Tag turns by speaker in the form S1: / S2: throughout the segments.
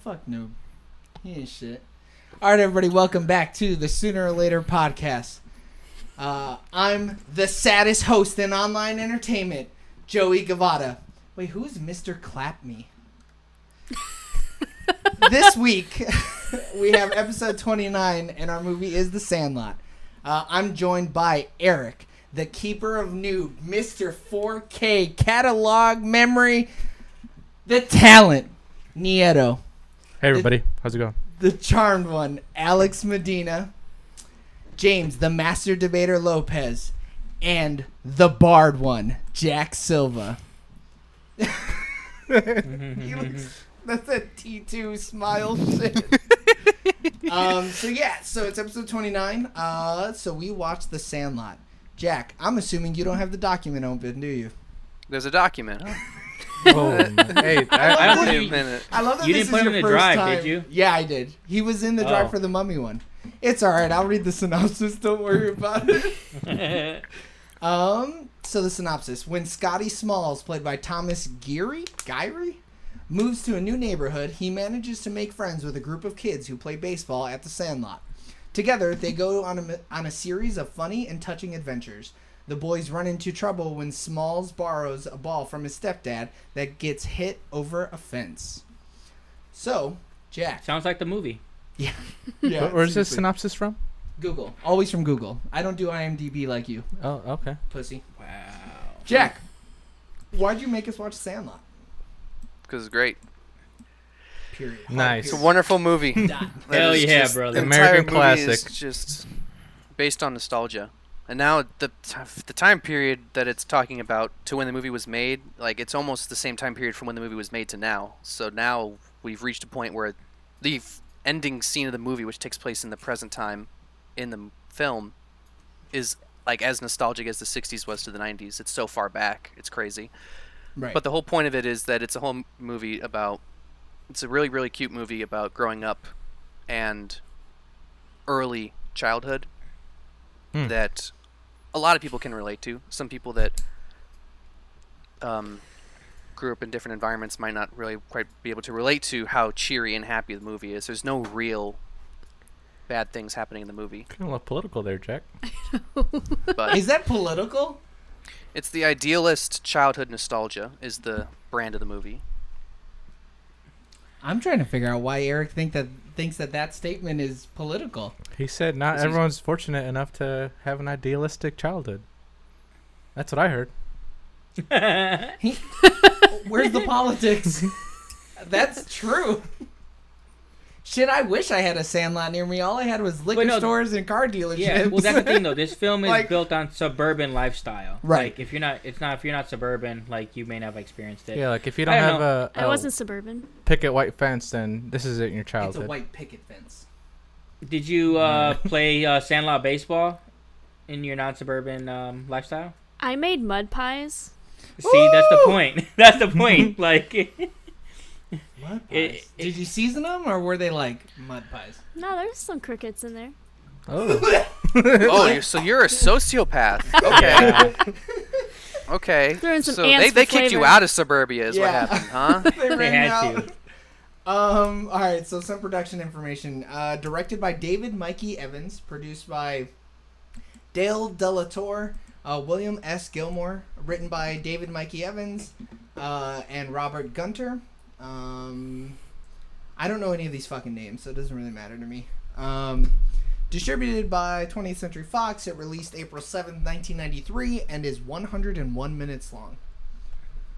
S1: fuck no. He ain't shit. All right, everybody, welcome back to the Sooner or Later podcast. Uh, I'm the saddest host in online entertainment, Joey Gavada. Wait, who's Mr. Clap Me? this week, we have episode 29, and our movie is The Sandlot. Uh, I'm joined by Eric, the keeper of noob, Mr. 4K catalog memory, the talent, Nieto,
S2: Hey everybody, how's it going?
S1: the charmed one, Alex Medina, James, the master debater Lopez, and the barred one, Jack Silva. He looks- that's a T2 smile shit. um, so yeah, so it's episode 29. Uh, so we watched The Sandlot. Jack, I'm assuming you don't have the document open, do you?
S3: There's a document.
S4: Oh.
S2: hey, I,
S1: I
S2: I
S1: don't
S2: don't
S3: Wait a
S1: think-
S3: minute.
S1: I love that
S4: You
S1: this
S4: didn't put
S1: is
S4: him
S1: your
S4: in
S1: first
S4: the drive,
S1: time.
S4: did you?
S1: Yeah, I did. He was in the drive
S4: Oh.
S1: for the mummy one. It's all right. I'll read the synopsis. Don't worry about it. Um, so the synopsis: When Scotty Smalls, played by Thomas Geary, Gyrie, moves to a new neighborhood, he manages to make friends with a group of kids who play baseball at the Sandlot. Together, they go on a, on a series of funny and touching adventures. The boys run into trouble when Smalls borrows a ball from his stepdad that gets hit over a fence. So, Jack.
S4: Sounds like the movie.
S1: Yeah. yeah
S2: Where's this
S1: seriously.
S2: synopsis from?
S1: Google. Always from Google. I don't do IMDb like you,
S2: Oh, okay.
S1: pussy.
S4: Wow.
S1: Jack, why'd you make us watch Sandlot?
S3: Because it's great.
S1: Period. Hard
S2: Nice.
S3: It's a
S1: period.
S3: wonderful movie.
S1: Dot.
S3: That
S4: Hell
S3: is
S4: yeah,
S3: just-
S4: brother.
S3: the entire
S2: American
S3: movie
S2: classic.
S3: Is just based on nostalgia. And now the t- the time period that it's talking about to when the movie was made, like it's almost the same time period from when the movie was made to now. So now we've reached a point where the f- ending scene of the movie, which takes place in the present time, in the m- film, is like as nostalgic as the '60s was to the '90s. It's so far back, it's crazy.
S1: Right.
S3: But the whole point of it is that it's a whole m- movie about. It's a really, really cute movie about growing up and early childhood
S2: Hmm.
S3: that a lot of people can relate to. Some people that um, grew up in different environments might not really quite be able to relate to how cheery and happy the movie is. There's no real bad things happening in the movie,
S2: Kind of love political there, Jack.
S3: but
S1: is that political?
S3: it's the idealist childhood nostalgia is the brand of the movie.
S1: I'm trying to figure out why Eric think that thinks that that statement is political.
S2: He said not
S3: This is-
S2: everyone's fortunate enough to have an idealistic childhood. That's what I heard.
S1: Where's the politics? That's true. Shit, I wish I had a Sandlot near me. All I had was liquor
S4: Wait, no.
S1: stores and car dealerships.
S4: yeah. Well, that's the thing though. This film is
S1: Like-
S4: built on suburban lifestyle.
S1: Right.
S4: Like, if you're not, it's not. If you're not suburban, like you may not have experienced it.
S2: Yeah, like if you
S4: I
S2: don't have
S4: don't
S2: a,
S5: I
S2: a
S5: wasn't suburban.
S2: picket white fence, then this isn't your
S1: it's a
S2: childhood.
S1: white picket fence.
S4: Did you uh,
S2: Mm.
S4: play uh, Sandlot baseball in your non-suburban um, lifestyle?
S5: I made mud pies.
S4: See, that's the
S1: Woo!
S4: point. that's the point. like,
S1: Mud
S4: It-
S1: pies.
S4: it-
S1: Did you season them or were they like mud pies?
S5: No, there's some crickets in there.
S2: Oh,
S3: Oh, you're, so you're a sociopath. Okay. Okay.
S5: Throw in some
S3: so
S5: ants
S3: they,
S5: for
S3: they kicked you
S5: flavor.
S3: out of suburbia is
S1: Yeah.
S3: what happened, huh?
S4: they
S1: ran
S4: had
S1: out.
S4: to.
S1: Um. All right. So some production information. Uh, directed by David Mikey Evans. Produced by Dale Delator, uh, William S. Gilmore. Written by David Mikey Evans uh, and Robert Gunter. Um, I don't know any of these fucking names, so it doesn't really matter to me. Um, distributed by 20th Century Fox, it released April 7th, 1993, and is 101 minutes long.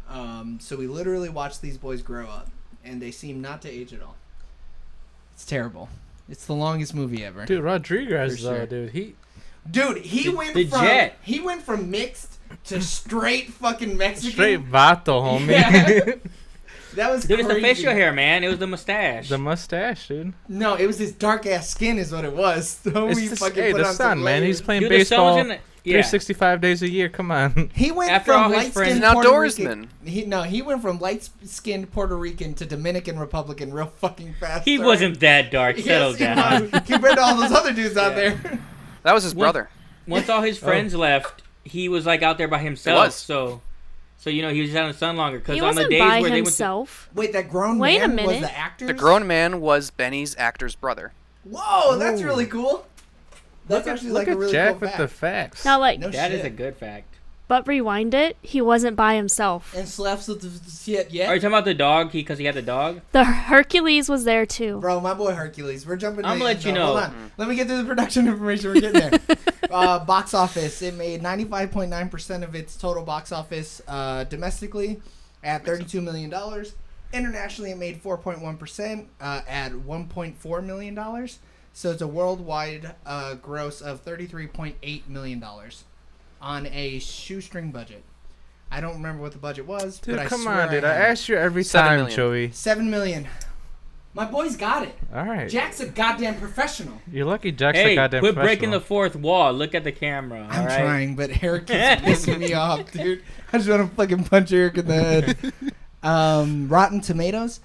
S1: Um, so we literally watched these boys grow up, and they seem not to age at all. It's terrible. It's the longest movie ever.
S2: dude, Rodriguez
S1: For
S2: though,
S1: sure.
S2: dude, he
S1: Dude, he went
S4: the
S1: from
S4: jet.
S1: he went from mixed to straight fucking Mexican.
S2: straight vato, homie.
S1: Yeah. That was
S4: Dude, it's the
S1: crazy.
S4: facial hair, man. It was the mustache.
S2: the mustache, dude.
S1: No, it was his dark ass skin is what it was. So
S2: It's
S1: we
S2: the,
S1: fucking
S2: hey,
S1: put
S2: the
S1: on some
S2: sun, man.
S1: layers.
S2: He's playing
S4: Dude, the sun was
S2: baseball
S4: in the- yeah.
S2: 365 days a year. Come on.
S1: He went
S4: After all
S1: from
S4: his
S1: light
S4: friends-
S1: skinned
S3: He's an
S1: Puerto Rican.
S3: outdoorsman.
S1: He no, he went from light skinned Puerto Rican to Dominican Republican real fucking fast.
S4: He
S1: sir.
S4: wasn't that dark.
S1: Yes,
S4: Settle
S1: he
S4: down.
S1: was. Compared to all those other dudes out
S4: Yeah.
S1: there.
S3: That was his
S4: What-
S3: brother.
S1: Oh.
S4: Once all his friends left, he was like out there by himself.
S3: was.
S4: So So you know he was just having his son longer because
S5: He
S4: on the
S5: wasn't
S4: days
S5: by
S4: where they went to
S5: himself.
S1: Wait, that grown
S5: Wait a
S1: man was
S5: minute.
S1: the actor.
S3: The grown man was Benny's actor's brother.
S1: Whoa, that's
S2: Ooh.
S1: really cool. That's
S2: look at,
S1: actually
S2: look
S1: like
S2: at
S1: a really
S2: Jack
S1: cool
S2: with
S1: fact.
S2: the facts.
S5: Now, like,
S1: no
S4: That
S1: shit.
S4: is a good fact.
S5: but rewind it. He wasn't by himself.
S1: and slaps with the shit.
S4: Are
S1: Yeah,
S4: you talking about the dog? He because he had the dog.
S5: The Hercules was there too.
S1: bro, my boy Hercules. We're jumping.
S4: I'ma
S1: to-
S4: let you
S1: no, Hold
S4: know.
S2: Mm.
S1: on. Let me get to the production information. We're getting there. uh, box office. It made ninety-five point nine percent of its total box office uh, domestically, at thirty-two million dollars. Internationally, it made four point one percent uh, at one point four million dollars. So it's a worldwide uh, gross of thirty-three point eight million dollars on a shoestring budget. I don't remember what the budget was,
S2: dude,
S1: but I
S2: come
S1: swear
S2: on, dude.
S1: I
S2: I,
S1: have it.
S2: asked you every
S3: Seven
S2: time,
S3: million.
S2: Joey.
S1: Seven million. My boy's got it.
S2: All right.
S1: Jack's a goddamn professional.
S2: You're lucky Jack's a
S4: hey,
S2: goddamn
S4: quit breaking the
S2: professional.
S4: fourth wall. Look at the camera.
S1: I'm
S4: all right?
S1: trying, but Eric is pissing me off, dude. I just want to fucking punch Eric in the head. Um, Rotten Tomatoes.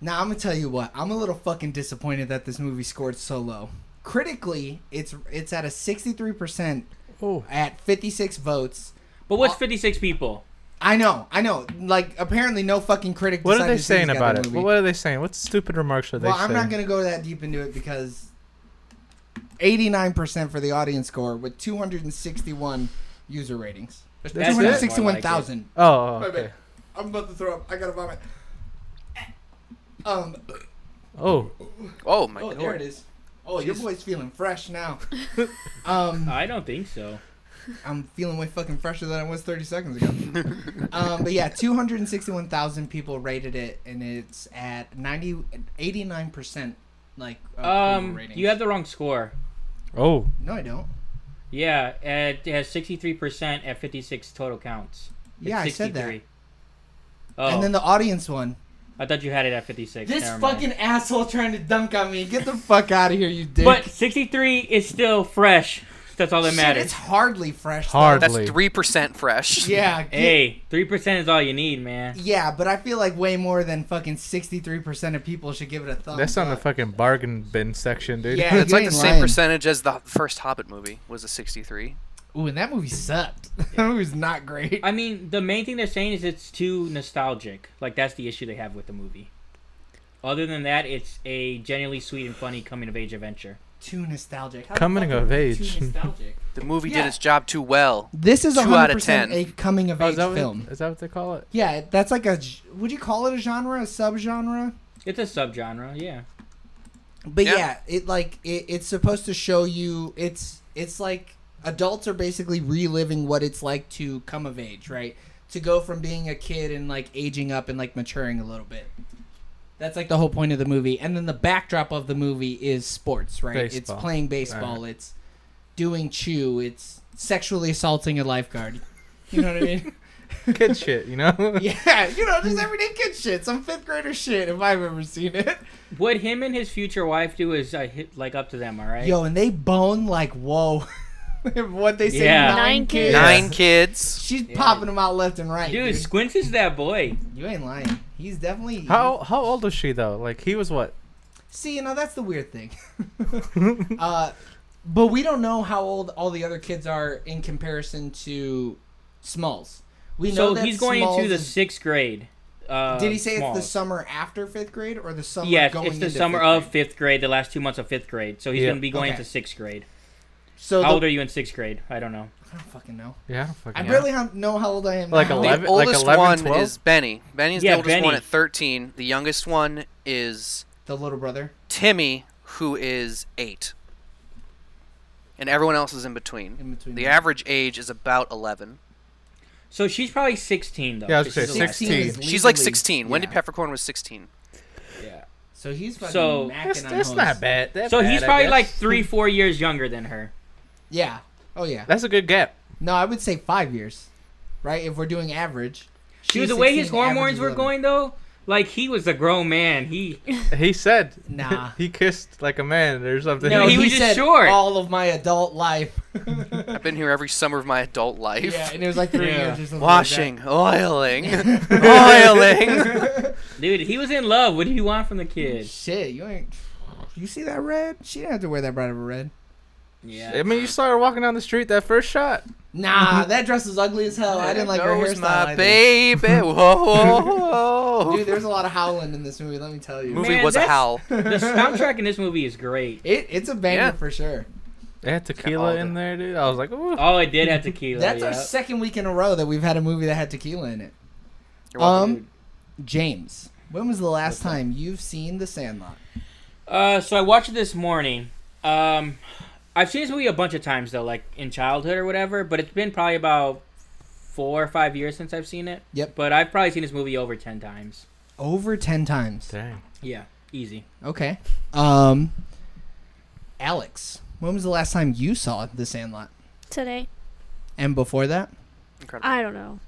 S1: Now I'm gonna tell you what. I'm a little fucking disappointed that this movie scored so low. Critically, it's it's at a 63%
S2: Oh,
S1: at 56 votes.
S4: But what's 56 people?
S1: I know, I know. Like apparently, no fucking critic.
S2: what are
S1: decided
S2: they
S1: to see this
S2: saying about
S1: goddamn
S2: it?
S1: movie.
S2: Well, what are they saying? What stupid remarks are they
S1: Well,
S2: saying?
S1: I'm not going to go that deep into it because 89% for the audience score with 261 user ratings.
S2: That's it?
S1: 261,000.
S2: Oh,
S1: My
S2: okay.
S1: bad. I'm about to throw up. I got to vomit. Um,
S2: Oh,
S3: Oh my
S1: oh,
S3: god.
S1: there it is. Oh, your boy's feeling fresh now. um,
S4: I don't think so.
S1: I'm feeling way fucking fresher than I was 30 seconds ago. um, but yeah, 261,000 people rated it, and it's at 90, 89% like approval
S4: Um,
S1: ratings.
S4: you have the wrong score.
S2: oh.
S1: no, I don't.
S4: Yeah, it has 63% at 56 total counts. It's
S1: Yeah, I said that.
S4: 63. Oh,
S1: And then the audience one.
S4: I thought you had it at 56.
S1: This
S4: Never mind.
S1: fucking asshole trying to dunk on me. Get the fuck out of here, you dick.
S4: But 63 is still fresh. That's all that
S1: Shit,
S4: matters.
S1: it's hardly fresh. though.
S2: Hard.
S3: That's
S2: Lovely.
S3: three percent fresh.
S1: Yeah. get-
S4: Hey, 3% is all you need, man.
S1: Yeah, but I feel like way more than fucking 63% of people should give it a thumbs
S2: That's on the
S1: up.
S2: fucking bargain bin section, dude.
S1: Yeah.
S3: It's
S1: You
S3: like
S1: ain't
S3: the same
S1: lying.
S3: percentage as the first Hobbit movie was a 63.
S1: Ooh, and that movie sucked. that movie's not great.
S4: I mean, the main thing they're saying is it's too nostalgic. Like, that's the issue they have with the movie. Other than that, it's a genuinely sweet and funny coming of age adventure.
S1: Too nostalgic. How the
S2: Coming
S1: fuck
S2: of
S1: are you too
S2: age.
S1: nostalgic?
S3: The movie
S1: Yeah.
S3: did its job too well.
S1: this is
S3: Two out of
S1: 100%
S3: 10.
S1: a coming of
S2: Oh,
S1: age
S2: is, that what,
S1: film.
S2: is that what they call it?
S1: Yeah, that's like a. g- Would you call it a genre? A subgenre?
S4: It's a subgenre, yeah.
S1: But yeah,
S3: Yeah.
S1: it like it, it's supposed to show you it's it's like adults are basically reliving what it's like to come of age, right? To go from being a kid and like aging up and like maturing a little bit. That's like the whole point of the movie. And then the backdrop of the movie is sports, right? It's
S2: Baseball.
S1: playing baseball, it's doing chew, it's sexually assaulting a lifeguard. You know what I mean?
S2: Kid shit, you know?
S1: yeah, you know, just everyday kid shit, some fifth grader shit if I've ever seen it.
S4: What him and his future wife do is uh, hit, like up to them, all right?
S1: Yo, and they bone like whoa. what they say?
S4: Yeah.
S1: Nine,
S5: Nine
S1: kids.
S5: kids.
S3: Nine kids.
S1: She's popping them out left and right.
S4: Dude,
S1: Dude,
S4: Squints is that boy.
S1: you ain't lying. He's definitely
S2: How how old was she though? Like he was what?
S1: See, you know that's the weird thing. uh, but we don't know how old all the other kids are in comparison to Smalls. We know
S4: So
S1: that
S4: he's going
S1: Smalls
S4: into the
S1: is-
S4: sixth grade. Uh,
S1: Did he say
S4: small.
S1: it's the summer after fifth grade or the summer?
S4: Yes,
S1: going
S4: it's the
S1: into
S4: summer
S1: fifth
S4: of
S1: grade?
S4: fifth grade, the last two months of fifth grade. So he's
S2: Yeah.
S4: going to be going
S1: Okay.
S4: into sixth grade.
S1: So
S4: How
S1: the-
S4: old are you in sixth grade? I don't know.
S1: I don't fucking know.
S2: Yeah, I don't
S1: I
S2: fucking know.
S1: barely ha- know how old I am.
S2: Like
S1: now.
S2: eleven?
S3: the
S2: like
S3: oldest
S2: 11,
S3: one
S2: 12?
S3: is Benny. Benny's
S4: Yeah,
S3: the oldest one
S4: Benny.
S3: at 13. The youngest one is
S1: The little brother.
S3: Timmy, who is eight. And everyone else is in between.
S1: In between
S3: The
S1: them.
S3: average age is about 11.
S4: So she's probably 16, though.
S2: Yeah, I was
S4: 'cause
S2: gonna
S4: she's
S2: say
S4: eleven.
S2: 16.
S1: is
S3: She's like
S1: legally-
S3: 16. Wendy
S1: yeah.
S3: Peppercorn was 16.
S1: So he's fucking
S4: So-
S1: macking
S2: That's,
S1: on
S2: that's
S1: hoes.
S2: not bad. That's
S4: So he's
S2: bad, I
S4: probably
S2: guess.
S4: like three, four years younger than her.
S1: Yeah. Oh yeah.
S2: That's a good gap.
S1: No, I would say five years, right? If we're doing average.
S4: Dude,
S1: She's
S4: the way his
S1: 16, average
S4: hormones
S1: is
S4: were
S1: 11.
S4: going, though, like he was a grown man. He
S2: He said
S1: Nah.
S2: he kissed like a man or something.
S4: No, he was just short.
S1: All of my adult life.
S3: I've been here every summer of my adult life.
S1: yeah, and it was like three
S4: Yeah.
S1: years or something.
S3: Washing, oiling, oiling.
S1: Like that.
S4: Dude, he was in love. What do you want from the kid?
S1: Shit, you ain't. You see that red? She didn't have to wear that bright of a red.
S4: Yeah.
S2: I mean, you saw her walking down the street that first shot.
S1: Nah, that dress was ugly as hell. Oh, I didn't like her
S3: There
S1: hairstyle.
S3: goes my
S1: either.
S3: baby. Whoa, whoa, whoa.
S1: Dude, there's a lot of howling in this movie. Let me tell you.
S3: movie
S4: Man,
S3: was a
S4: that's-
S3: howl.
S4: The soundtrack in this movie is great.
S1: It, it's a banger
S3: Yeah.
S1: for sure.
S2: They had tequila
S3: all
S2: in
S3: the-
S2: there, dude. I was like, ooh.
S4: Oh, it did have tequila.
S1: That's
S4: yeah.
S1: our second week in a row that we've had a movie that had tequila in it.
S3: You're welcome.
S1: um, James, when was the last time you've seen The Sandlot?
S4: Uh, so I watched it this morning. Um, I've seen this movie a bunch of times though, like in childhood or whatever. But it's been probably about four or five years since I've seen it.
S1: Yep.
S4: But I've probably seen this movie over ten times.
S1: Over ten times.
S2: Dang.
S4: Yeah, easy.
S1: Okay. Um, Alex, when was the last time you saw The Sandlot?
S5: today.
S1: And before that?
S3: Incredible.
S5: I don't know.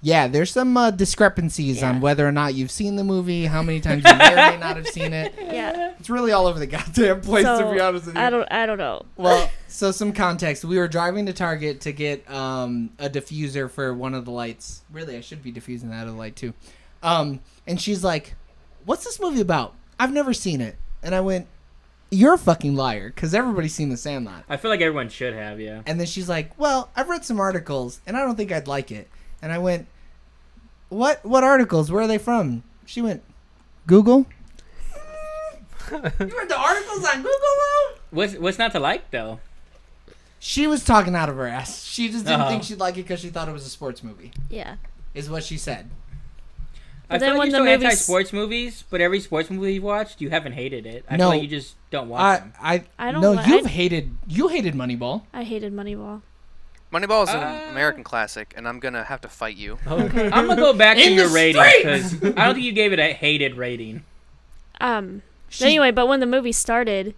S1: Yeah, there's some uh, discrepancies
S4: Yeah.
S1: on whether or not you've seen the movie, how many times you may or may not have seen it.
S5: Yeah.
S1: It's really all over the goddamn place, to
S5: So,
S1: be honest with you.
S5: I don't. I don't know.
S1: Well, so some context. We were driving to Target to get um, a diffuser for one of the lights. Really, I should be diffusing that other light too. Um, and she's like, "What's this movie about? I've never seen it." And I went, "You're a fucking liar, because everybody's seen The Sandlot."
S4: I feel like everyone should have. Yeah.
S1: And then she's like, "Well, I've read some articles, and I don't think I'd like it." And I went, "What? What articles? Where are they from?" She went, "Google." you read the articles on Google though?
S4: What's What's not to like though?
S1: She was talking out of her ass. She just didn't
S4: Uh-huh.
S1: think she'd like it because she thought it was a sports movie,
S5: Yeah.
S1: is what she said.
S4: I
S5: But then
S4: feel like
S5: when
S4: you're so
S5: the movies-
S4: anti-sports movies, but every sports movie you've watched, you haven't hated it. I
S1: No.
S4: feel like you just don't watch
S1: I,
S4: them.
S1: I,
S5: I don't
S1: No,
S5: li-
S1: you've
S5: I-
S1: hated. You hated Moneyball.
S5: I hated Moneyball.
S3: Moneyball is an
S4: Uh,
S3: American classic, and I'm gonna have to fight you.
S4: I'm gonna go back to
S1: In
S4: your
S1: the
S4: rating
S1: streets!
S4: because I don't think you gave it a hated rating.
S5: Um.
S1: She-
S5: anyway, but when the movie started,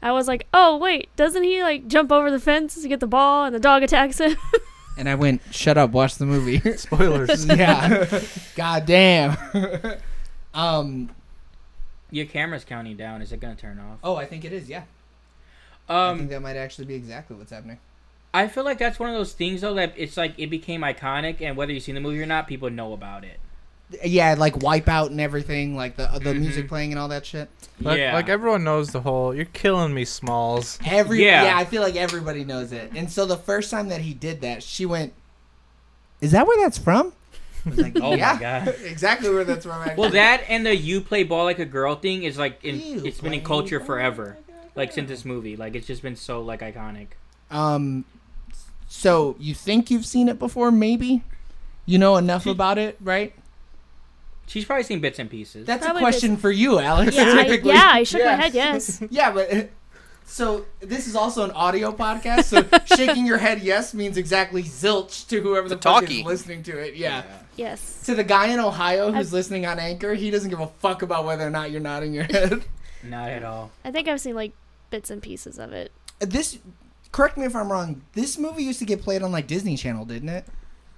S5: I was like, "Oh wait, doesn't he like jump over the fence to get the ball and the dog attacks him?"
S1: And I went, "Shut up, watch the movie."
S2: Spoilers.
S1: yeah. God damn. um.
S4: Your camera's counting down. Is it gonna turn off?
S1: Oh, I think it is. Yeah. I think
S4: Um,
S1: that might actually be exactly what's happening.
S4: I feel like that's one of those things though that it's like it became iconic, and whether you've seen the movie or not, people know about it.
S1: Yeah, like Wipeout and everything, like the the music
S4: Mhm.
S1: playing and all that shit.
S2: Like,
S4: yeah.
S2: like everyone knows the whole. You're killing me, Smalls.
S1: Every yeah.
S4: Yeah.
S1: I feel like everybody knows it. And so the first time that he did that, she went, "Is that where that's from?" I was like,
S4: oh
S1: "Yeah,
S4: my god.
S1: exactly where that's from." Actually.
S4: Well, that and the "you play ball like a girl" thing is like in,
S1: You
S4: it's been in
S1: play
S4: culture
S1: ball
S4: forever. Like since this movie, like it's just been so like iconic.
S1: Um, so you think you've seen it before? Maybe you know enough about it, right?
S4: She's probably seen bits and pieces.
S1: That's
S5: Probably
S1: a question for you, Alex.
S5: yeah. I,
S1: typically.
S5: yeah. I shook
S1: Yeah.
S5: my head. Yes.
S1: Yeah, but so this is also an audio podcast. So shaking your head yes means exactly zilch to whoever the
S3: To
S1: fuck is
S3: talkie.
S1: listening to it. Yeah.
S5: Yes.
S1: To the guy in Ohio who's
S5: I've-
S1: listening on Anchor, he doesn't give a fuck about whether or not you're nodding your head.
S4: not at all.
S5: I think I've seen like bits and pieces of it.
S1: this, correct me if I'm wrong. This movie used to get played on like Disney Channel, didn't it?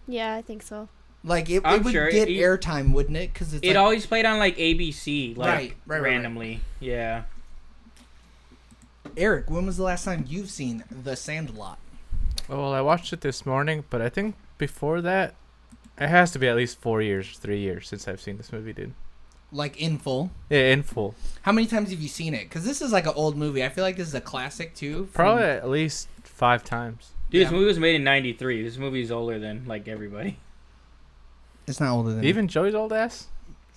S5: Yeah, I think so.
S1: Like it, it
S4: I'm
S1: would
S4: sure it-
S1: get
S4: it-
S1: airtime, wouldn't it? Because it's
S4: It
S1: like,
S4: always played on like ABC, like
S1: Right, right, right, right.
S4: randomly. Yeah.
S1: Eric, when was the last time you've seen The Sandlot?
S2: Oh, well, I watched it this morning, but I think before that, it has to be at least four years, three years since I've seen this movie, dude.
S1: Like in full.
S2: Yeah, in full.
S1: How many times have you seen it? Because this is like an old movie. I feel like this is a classic too. from-
S2: Probably at least five times.
S4: Dude,
S1: Yeah.
S4: this movie was made in '93. This movie is older than like everybody.
S1: It's not older than me.
S2: Even Joey's old ass.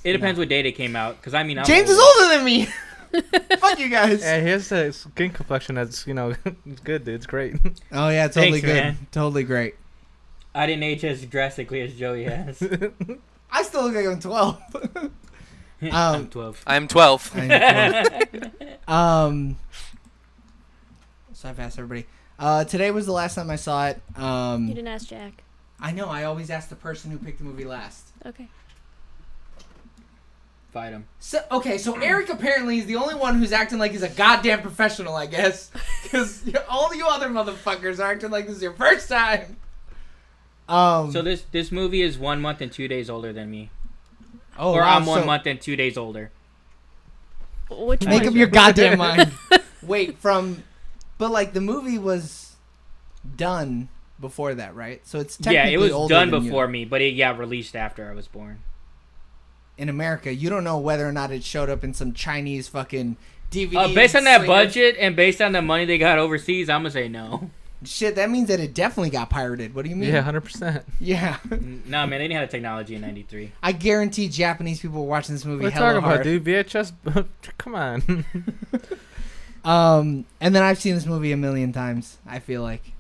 S4: It depends what date it came out, because I mean, I'm
S1: James is
S4: old.
S1: older than me. Fuck you guys.
S2: Yeah, he has a skin complexion that's you know it's good, dude. It's great.
S1: Oh yeah, totally
S4: Thanks,
S1: good.
S4: man.
S1: Totally great.
S4: I didn't age as drastically as Joey has.
S1: I still look like I'm 12. Um,
S4: I'm 12.
S3: I'm 12.
S1: I'm 12. um. So I've asked everybody. Uh, today was the last time I saw it.
S4: Mm.
S5: You
S1: Um,
S5: didn't ask Jack.
S1: I know. I always ask the person who picked the movie last.
S5: Okay.
S4: Fight him.
S1: So okay, so Eric apparently is the only one who's acting like he's a goddamn professional, I guess, because all you other motherfuckers are acting like this is your first time. Um.
S4: So this this movie is one month and two days older than me,
S1: oh,
S4: or
S1: wow,
S4: I'm one
S1: so-
S4: month and two days older.
S5: Which
S1: Make
S5: one?
S1: up your goddamn mind. Wait, from, but like the movie was done before that, right? So it's
S4: Yeah,
S1: technically
S4: it was
S1: older
S4: done
S1: than you.
S4: before me, but it yeah released after I was born.
S1: in America. You don't know whether or not it showed up in some Chinese fucking DVD.
S4: Uh, based on
S1: and
S4: that
S1: slinger.
S4: budget and based on the money they got overseas, I'm gonna say no.
S1: Shit, that means that it definitely got pirated. What do you mean?
S2: Yeah, hundred percent.
S1: Yeah.
S4: No, man, they didn't have the technology in '93.
S1: I guarantee Japanese people were watching this movie
S2: What are you
S1: hella
S2: talking
S1: hard.
S2: about, dude? VHS. Come on.
S1: Um, and then I've seen this movie a million times. I feel like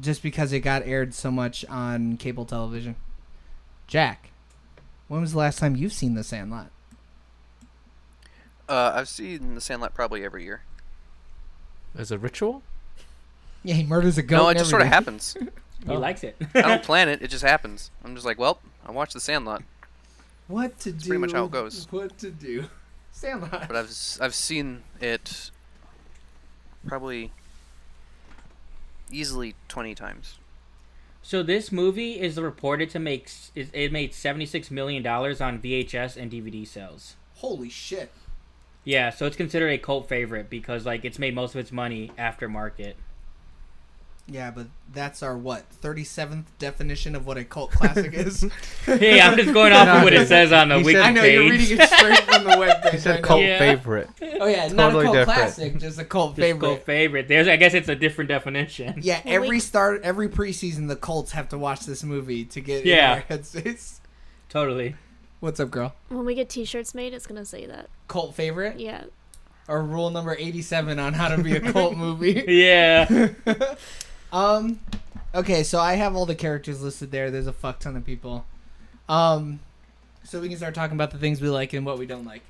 S1: just because it got aired so much on cable television. Jack, when was the last time you've seen The Sandlot?
S3: Uh, I've seen The Sandlot probably every year.
S2: As a ritual.
S1: Yeah, he murders a goat.
S3: no, it
S1: and
S3: just sort of
S1: everything.
S3: happens.
S2: Oh.
S4: He likes it.
S3: I don't plan it; it just happens. I'm just like, well, I watched The Sandlot,
S1: What to do?
S3: pretty much how it goes.
S1: What to do? Sandlot.
S3: but I've s- I've seen it probably easily 20 times.
S4: So this movie is reported to make s- is- it made 76 million dollars on VHS and DVD sales.
S1: Holy shit.
S4: Yeah, so it's considered a cult favorite because like it's made most of its money after market.
S1: Yeah, but that's our what thirty seventh definition of what a cult classic is.
S4: Hey, I'm just going off of what it says on the
S2: He
S4: wiki
S2: said-
S1: I know you're reading it straight from the web page.
S2: He
S1: I
S2: said
S1: know.
S2: cult
S4: Yeah.
S2: favorite.
S1: Oh yeah, not a
S2: Totally
S1: cult
S2: different.
S1: classic, just a cult
S4: Just
S1: favorite.
S4: cult favorite. There's, I guess it's a different definition.
S1: Yeah,
S5: Well,
S1: every
S5: we-
S1: start, every preseason, the Colts have to watch this movie to get
S4: Yeah.
S1: in their headspace.
S4: Totally.
S1: What's up, girl?
S5: When we get T-shirts made, it's gonna say that.
S1: Cult favorite
S5: Yeah.
S1: or rule number eighty-seven on how to be a cult movie?
S4: Yeah.
S1: um, okay, so I have all the characters listed there. There's a fuck ton of people. Um, so we can start talking about the things we like and what we don't like.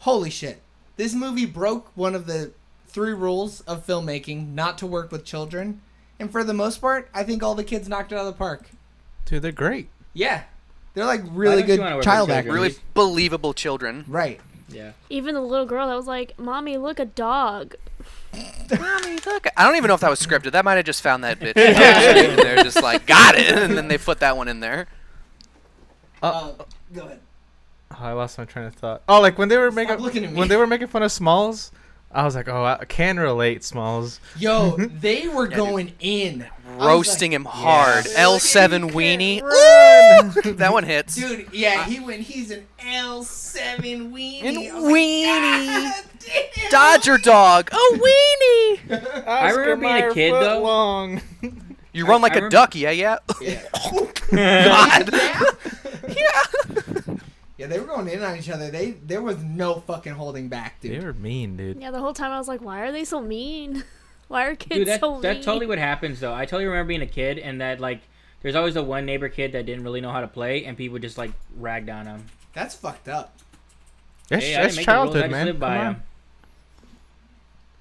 S1: Holy shit! This movie broke one of the three rules of filmmaking: not to work with children. And for the most part, I think all the kids knocked it out of the park.
S2: Dude, they're great.
S1: Yeah. They're like really
S4: don't you
S1: good
S4: wanna work with
S1: child
S4: children?
S1: actors.
S3: Really believable children.
S1: Right.
S4: yeah.
S5: Even the little girl that was like, "Mommy, look, a dog."
S3: Mommy, look! I don't even know if that was scripted. That might have just found that bitch. and they're just like, got it, and then they put that one in there.
S1: Uh, go ahead.
S2: Oh, I lost my train of thought. Oh, like when they were making
S1: looking at me.
S2: when they were making fun of Smalls, I was like, oh, I can relate, Smalls.
S1: Yo, they were going in.
S3: Roasting him hard. L7 weenie.
S2: Run!
S3: Ooh, that one hits.
S1: Dude, yeah, he when he's an L seven weenie.
S3: Uh. And
S1: I was like,
S3: weenie.
S1: "God damn."
S3: Dodger dog. Oh, weenie.
S2: I
S4: remember being a kid, though.
S2: Long.
S3: You run like
S4: I
S3: a
S4: remember-
S3: duck, yeah, yeah. God.
S1: Yeah, they were going in on each other. They there was no fucking holding back,
S2: they
S1: dude.
S2: were mean, dude.
S5: Yeah, the whole time I was like, "Why are they so mean? Why are kids
S4: Dude, that,
S5: so mean?"
S4: that's totally what happens though. I totally remember being a kid and that like there's always the one neighbor kid that didn't really know how to play and people just like ragged on him.
S1: That's fucked up.
S2: That's,
S4: Hey, I
S2: that's
S4: didn't make the rules, I
S2: childhood,
S4: just
S2: man.
S4: lived by
S2: Come
S4: 'em.
S2: on.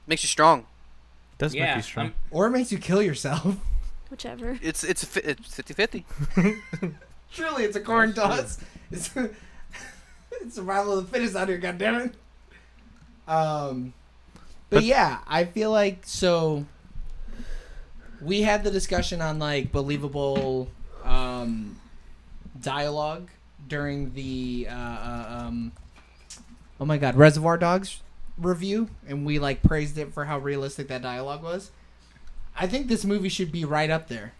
S3: Makes you strong.
S2: Does make
S4: Yeah.
S2: you strong.
S4: I'm-
S1: Or it makes you kill yourself.
S5: Whichever.
S3: It's it's a fi- it's 50-50.
S1: Surely it's a corn toss. It's, it's survival of the fittest out here, goddammit. Um, but,
S2: But-
S1: yeah, I feel like so. We had the discussion on like believable um, dialogue during the uh, uh, um, oh my god Reservoir Dogs review, and we like praised it for how realistic that dialogue was. I think this movie should be right up there.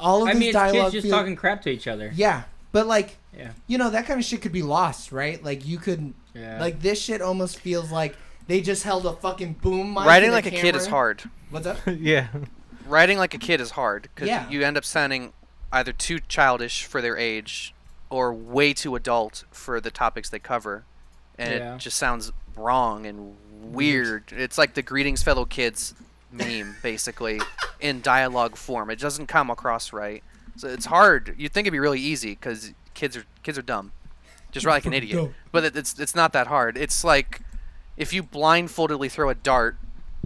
S1: All of
S4: I
S1: this
S4: mean, it's
S1: dialogue
S4: kids just
S1: feel-
S4: talking crap to each other.
S1: yeah, but like,
S4: Yeah.
S1: you know, that kind of shit could be lost, right? Like you could,
S4: Yeah.
S1: like this shit almost feels like they just held a fucking boom mic.
S3: Riding
S1: and
S3: like a kid is
S1: camera.
S3: hard.
S1: What's up?
S2: yeah.
S3: Riding like a kid is hard because
S1: Yeah.
S3: you end up sounding either too childish for their age or way too adult for the topics they cover, and
S4: Yeah.
S3: it just sounds wrong and weird. It's like the greetings fellow kids meme basically in dialogue form. It doesn't come across right, so it's hard. You'd think it'd be really easy because kids are kids are dumb, just like an idiot.
S1: Dumb.
S3: But it, it's it's not that hard. It's like if you blindfoldedly throw a dart,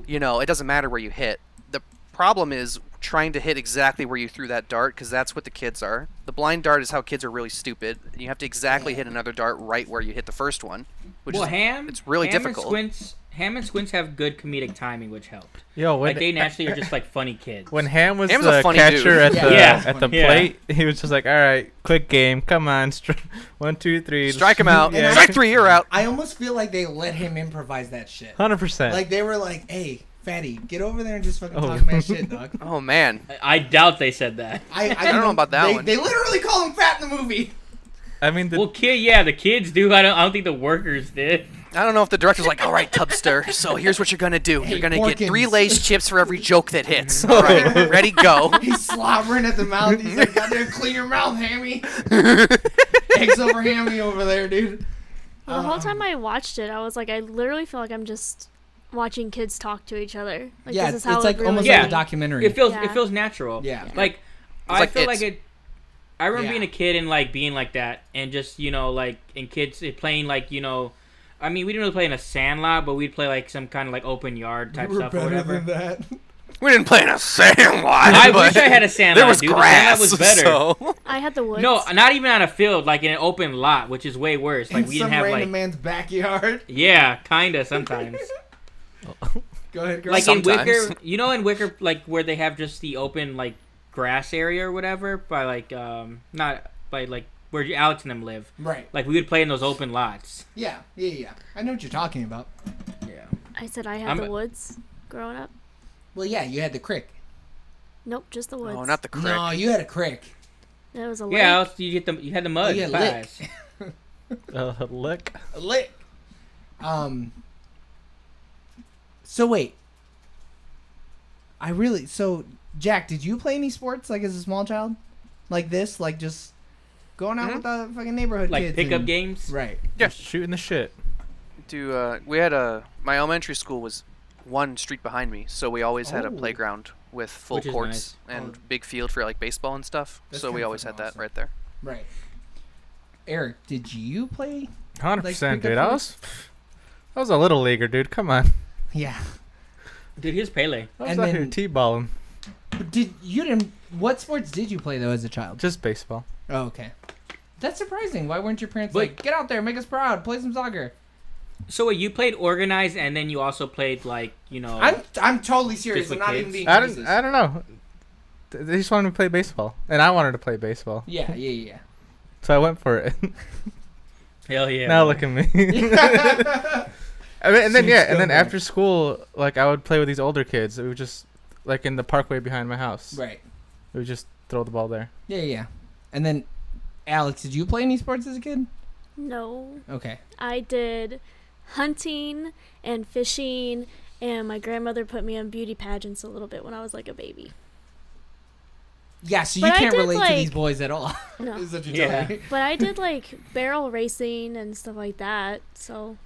S3: you know, it doesn't matter where you hit. The problem is trying to hit exactly where you threw that dart because that's what the kids are. The blind dart is how kids are really stupid. and You have to exactly hit another dart right where you hit the first one, which
S4: well,
S3: is
S4: Ham.
S3: it's really
S4: Ham
S3: difficult.
S4: And Squints, Ham and Squints have good comedic timing, which helped.
S2: Yo, when
S4: Like they naturally are just like funny kids.
S2: when Ham was
S3: Ham's a
S2: the
S3: funny
S2: catcher
S3: dude.
S2: at the
S4: Yeah.
S2: at the
S4: Yeah.
S2: plate, he was just like, "All right, quick game, come on, stri- one, two, three,
S3: strike him out.
S2: Yeah.
S3: Strike three, you're out.
S1: I almost feel like they let him improvise that shit.
S2: Hundred percent.
S1: Like they were like, "Hey, fatty, get over there and just fucking
S2: Oh.
S1: talk my shit, dog."
S3: Oh man,
S4: I doubt they said that.
S1: I, I,
S3: know about that
S1: they,
S3: one.
S1: They literally call him fat in the movie.
S2: I mean, the
S4: well, kid, yeah, the kids do. I don't. I don't think the workers did.
S3: I don't know if the director's like, all right, Tubster, so here's what you're going to do.
S1: Hey,
S3: you're going to get three
S1: Porkins."
S3: Lay's chips for every joke that hits. All right, ready, go.
S1: He's slobbering at the mouth. He's like, goddamn, clean your mouth, hammy. Eggs over hammy over there, dude. Um,
S4: Uh-huh.
S5: Well, the whole time I watched it, I was like, I literally feel like I'm just watching kids talk to each other. Like,
S1: yeah,
S5: this is
S1: it's
S5: how it
S1: like
S5: really
S1: almost
S5: is.
S4: Yeah.
S1: like a documentary.
S4: It feels
S5: Yeah.
S4: it feels natural.
S1: Yeah.
S4: Like I
S3: like
S4: feel
S3: it's-
S4: like it. I remember
S1: Yeah.
S4: being a kid and like being like that, and just you know like and kids eh, playing like you know, I mean we didn't really play in a sand lot, but we'd play like some kind of like open yard type
S1: We're
S4: stuff or
S1: better
S4: whatever.
S1: than that.
S3: We didn't play in a sandlot.
S4: I
S3: but
S4: wish I had a sandlot.
S3: There was
S4: dude.
S3: grass.
S4: The sandlot was better.
S3: so-
S5: I had the woods.
S4: No, not even on a field, like in an open lot, which is way worse. Like
S1: In
S4: we
S1: some
S4: didn't have
S1: random
S4: like
S1: man's backyard.
S4: yeah, kinda sometimes.
S1: Go ahead, girl.
S4: like in Wicker,
S3: Sometimes.
S4: you know, in Wicker, like where they have just the open like grass area or whatever by like um not by like where Alex and them live.
S1: right.
S4: Like we would play in those open lots.
S1: Yeah, yeah, yeah. I know what you're talking about.
S4: Yeah.
S5: I said I had
S4: I'm-
S5: the woods growing up.
S1: Well, yeah, you had the crick.
S5: Nope, just the woods.
S3: Oh, not the crick.
S1: No, you had a crick.
S5: It was a lake.
S4: Yeah, else you get the you had the mud
S1: Oh, yeah,
S4: pies.
S2: Uh, lick.
S1: A lick. Um. So wait. I really so Jack, did you play any sports like as a small child, like this, like just going out with the fucking neighborhood
S4: Hmm? like
S1: kids?
S4: pickup
S1: and-
S4: games.
S1: Right.
S3: Yeah.
S2: Shooting the shit.
S3: Do uh, we had a my elementary school was one street behind me, so we always had a
S1: Oh.
S3: playground with full
S4: Which is
S3: courts
S1: nice.
S3: and
S1: Oh.
S3: big field for like baseball and stuff.
S1: That's
S3: so we
S1: kinda
S3: always had
S1: fucking
S3: that
S1: awesome.
S3: right there.
S1: Right. Eric, did you play?
S2: Hundred
S1: Like,
S2: percent,
S1: pick up
S2: dude. I
S1: your-
S2: was, I was a little leaguer, dude. Come on.
S1: Yeah.
S4: Dude, here's Pele.
S2: I was
S1: And
S2: out
S1: then-
S2: here t-balling.
S1: But did you didn't? What sports did you play though as a child?
S2: Just baseball.
S1: Oh, okay. That's surprising. Why weren't your parents
S4: But-
S1: like, get out there, make us proud, play some soccer?
S4: So wait, you played organized and then you also played like, you know
S1: I'm I'm totally serious.
S4: Oh. Just
S1: I'm
S4: with
S1: not
S4: kids?
S1: even being.
S2: I don't.
S1: racist.
S2: I don't know. Th- They just wanted me to play baseball, and I wanted to play baseball,
S1: Yeah, yeah,
S2: so I went for it.
S4: Hell yeah.
S2: now look at me.
S1: yeah.
S2: I mean, and then
S1: Seems
S2: yeah, and then
S1: scumbag.
S2: after school, like I would play with these older kids. We would just like in the parkway behind my house.
S1: right.
S2: We would just throw the ball there.
S1: Yeah, yeah. And then, Alex, did you play any sports as a kid?
S5: No,
S1: Okay.
S5: I did hunting and fishing, and my grandmother put me on beauty pageants a little bit when I was like a baby.
S1: Yeah, so
S5: But I
S1: you can't
S5: did,
S1: relate to these
S5: like-
S1: boys at all.
S5: No.
S1: Is what you're
S4: Yeah.
S1: telling me.
S5: But I did like barrel racing and stuff like that. So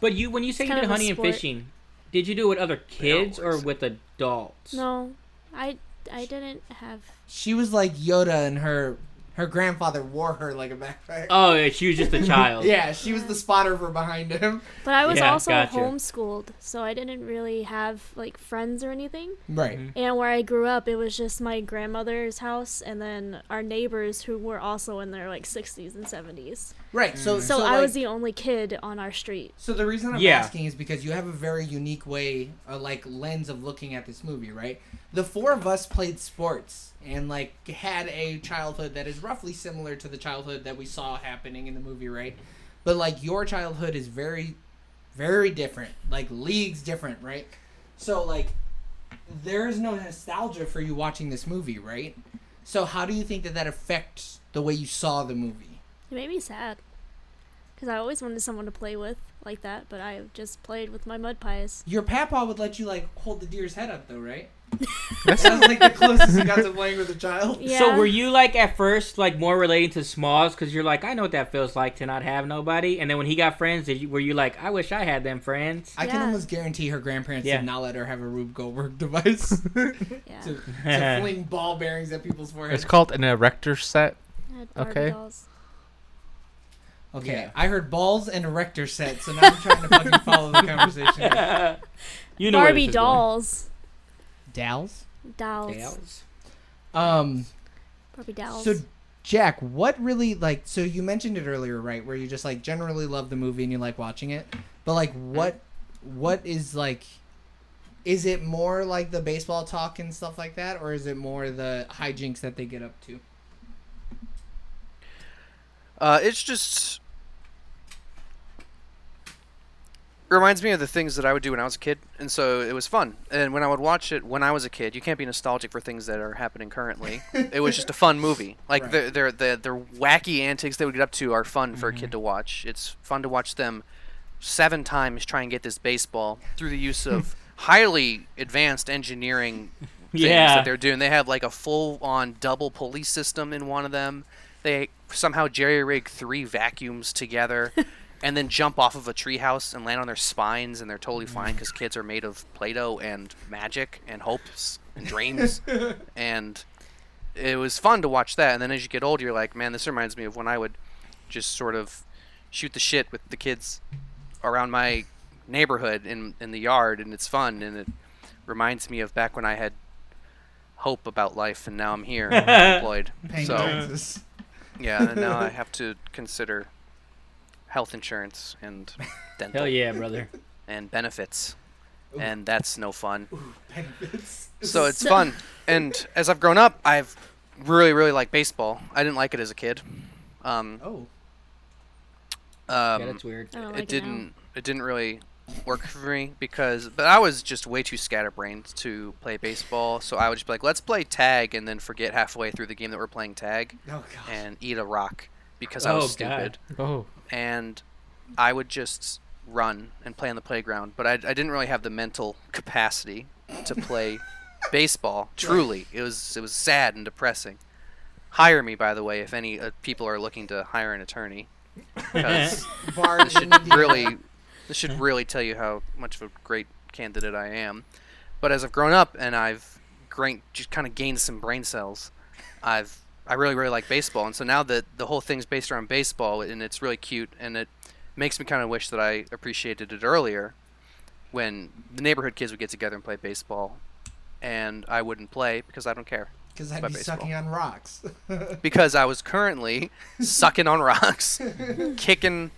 S4: But you when you say you
S5: kind
S4: did
S5: of a
S4: hunting and
S5: sport.
S4: fishing, did you do it with other kids or
S3: always-
S4: with adults?
S5: no, I I didn't have.
S1: She was like Yoda, and her her grandfather wore her like a backpack.
S4: Oh, yeah, she was just a child.
S1: yeah, she was the spotter for behind him.
S5: But I was
S4: Yeah,
S5: also
S4: gotcha.
S5: homeschooled, so I didn't really have like friends or anything.
S1: Right.
S4: Mm-hmm.
S5: And where I grew up, it was just my grandmother's house and then our neighbors who were also in their like 60s and 70s.
S1: Right. So
S5: So, I
S1: like-
S5: was the only kid on our street.
S1: So the reason I'm
S4: Yeah.
S1: asking is because you have a very unique way, or like lens of looking at this movie, right? The four of us played sports and like had a childhood that is roughly similar to the childhood that we saw happening in the movie, right? But like your childhood is very, very different, like leagues different, right? So like, there is no nostalgia for you watching this movie, right? So how do you think that that affects the way you saw the movie?
S5: It made me sad because I always wanted someone to play with like that, but I just played with my mud pies.
S1: Your papa would let you like hold the deer's head up though, right? That sounds like the closest you got to playing with a child.
S5: Yeah.
S4: So were you like at first like more relating to Smalls because you're like I know what that feels like to not have nobody, and then when he got friends, did you, were you like I wish I had them friends?
S1: I can
S5: Yeah.
S1: almost guarantee her grandparents
S4: Yeah.
S1: did not let her have a Rube Goldberg device to,
S5: Yeah.
S1: to fling ball bearings at people's
S2: It's
S1: foreheads.
S2: called an erector set.
S5: I had Barbie
S2: Okay.
S5: dolls.
S1: Okay,
S4: Yeah.
S1: I heard balls and erector set, so now I'm trying to fucking follow the conversation.
S4: You where
S5: Barbie
S4: this is
S5: dolls.
S1: Dals.
S5: Dolls.
S4: going. Dolls.
S1: Um.
S5: Barbie dolls.
S1: So, Jack, what really like? So you mentioned it earlier, right? Where you just like generally love the movie and you like watching it, but like what, what is like, is it more like the baseball talk and stuff like that, or is it more the hijinks that they get up to?
S3: Uh, it's just reminds me of the things that I would do when I was a kid, and so it was fun. And when I would watch it when I was a kid, you can't be nostalgic for things that are happening currently. it was just a fun movie. Like
S1: Right.
S3: the
S1: Mm-hmm.
S3: their the their wacky antics they would get up to are fun for a kid to watch. It's fun to watch them seven times trying to get this baseball through the use of highly advanced engineering things
S4: Yeah.
S3: that they're doing. They have like a full on double police system in one of them. They somehow jerry rig three vacuums together and then jump off of a treehouse and land on their spines, and they're totally fine because kids are made of Play Doh and magic and hopes and dreams. and it was fun to watch that. And then as you get older, you're like, man, this reminds me of when I would just sort of shoot the shit with the kids around my neighborhood in in the yard, and it's fun, and it reminds me of back when I had hope about life, and now I'm here and I'm employed.
S1: Paying
S3: so
S1: taxes.
S3: yeah, and now I have to consider health insurance and dental
S4: Hell yeah, brother.
S3: and benefits, and that's no fun.
S1: Benefits.
S3: So it's
S5: So-
S3: fun. And as I've grown up, I've really, really liked baseball. I didn't like it as a kid. Um,
S1: Oh,
S4: yeah,
S3: um,
S4: that's weird.
S5: I don't like
S3: it didn't. It didn't really work for me because, but I was just way too scatterbrained to play baseball. So I would just be like, "Let's play tag," and then forget halfway through the game that we're playing tag
S1: oh god.
S3: and eat a rock because I was
S4: Oh,
S3: stupid.
S4: God.
S2: Oh,
S3: And I would just run and play on the playground, but I, I didn't really have the mental capacity to play baseball. Truly, it was it was sad and depressing. Hire me, by the way, if any uh, people are looking to hire an attorney. 'cause
S1: Bars in Indiana.
S3: really this should really tell you how much of a great candidate I am. But as I've grown up and I've grain, just kind of gained some brain cells, I've I really really like baseball, and so now that the whole thing's based around baseball, and it's really cute, and it makes me kind of wish that I appreciated it earlier, when the neighborhood kids would get together and play baseball, and I wouldn't play because I don't care
S1: Because I'd
S3: by
S1: be
S3: baseball.
S1: sucking on rocks.
S3: because I was currently sucking on rocks, kicking,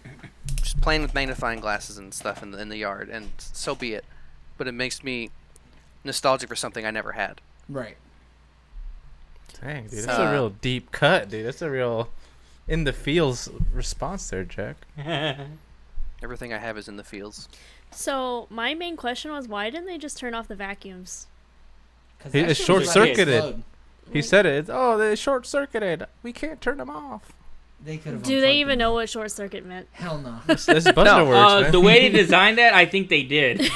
S3: just playing with magnifying glasses and stuff in the, in the yard, and so be it. But it makes me nostalgic for something I never had.
S1: right.
S2: dang, dude, that's
S3: Uh,
S2: a real deep cut, dude. That's a real in the feels response there, Jack.
S3: Everything I have is in the fields.
S5: So my main question was, why didn't they just turn off the vacuums?
S1: 'Cause
S2: He-
S1: that
S2: it's
S1: shit was like-
S2: short-circuited.
S1: explode.
S2: He said it. It's, oh, they short circuited. We can't turn them off.
S1: They could have.
S5: Do they even know what short circuit meant?
S1: Hell no.
S2: That's buzzwords,
S4: Uh,
S2: man.
S4: the way they designed that, I think they did.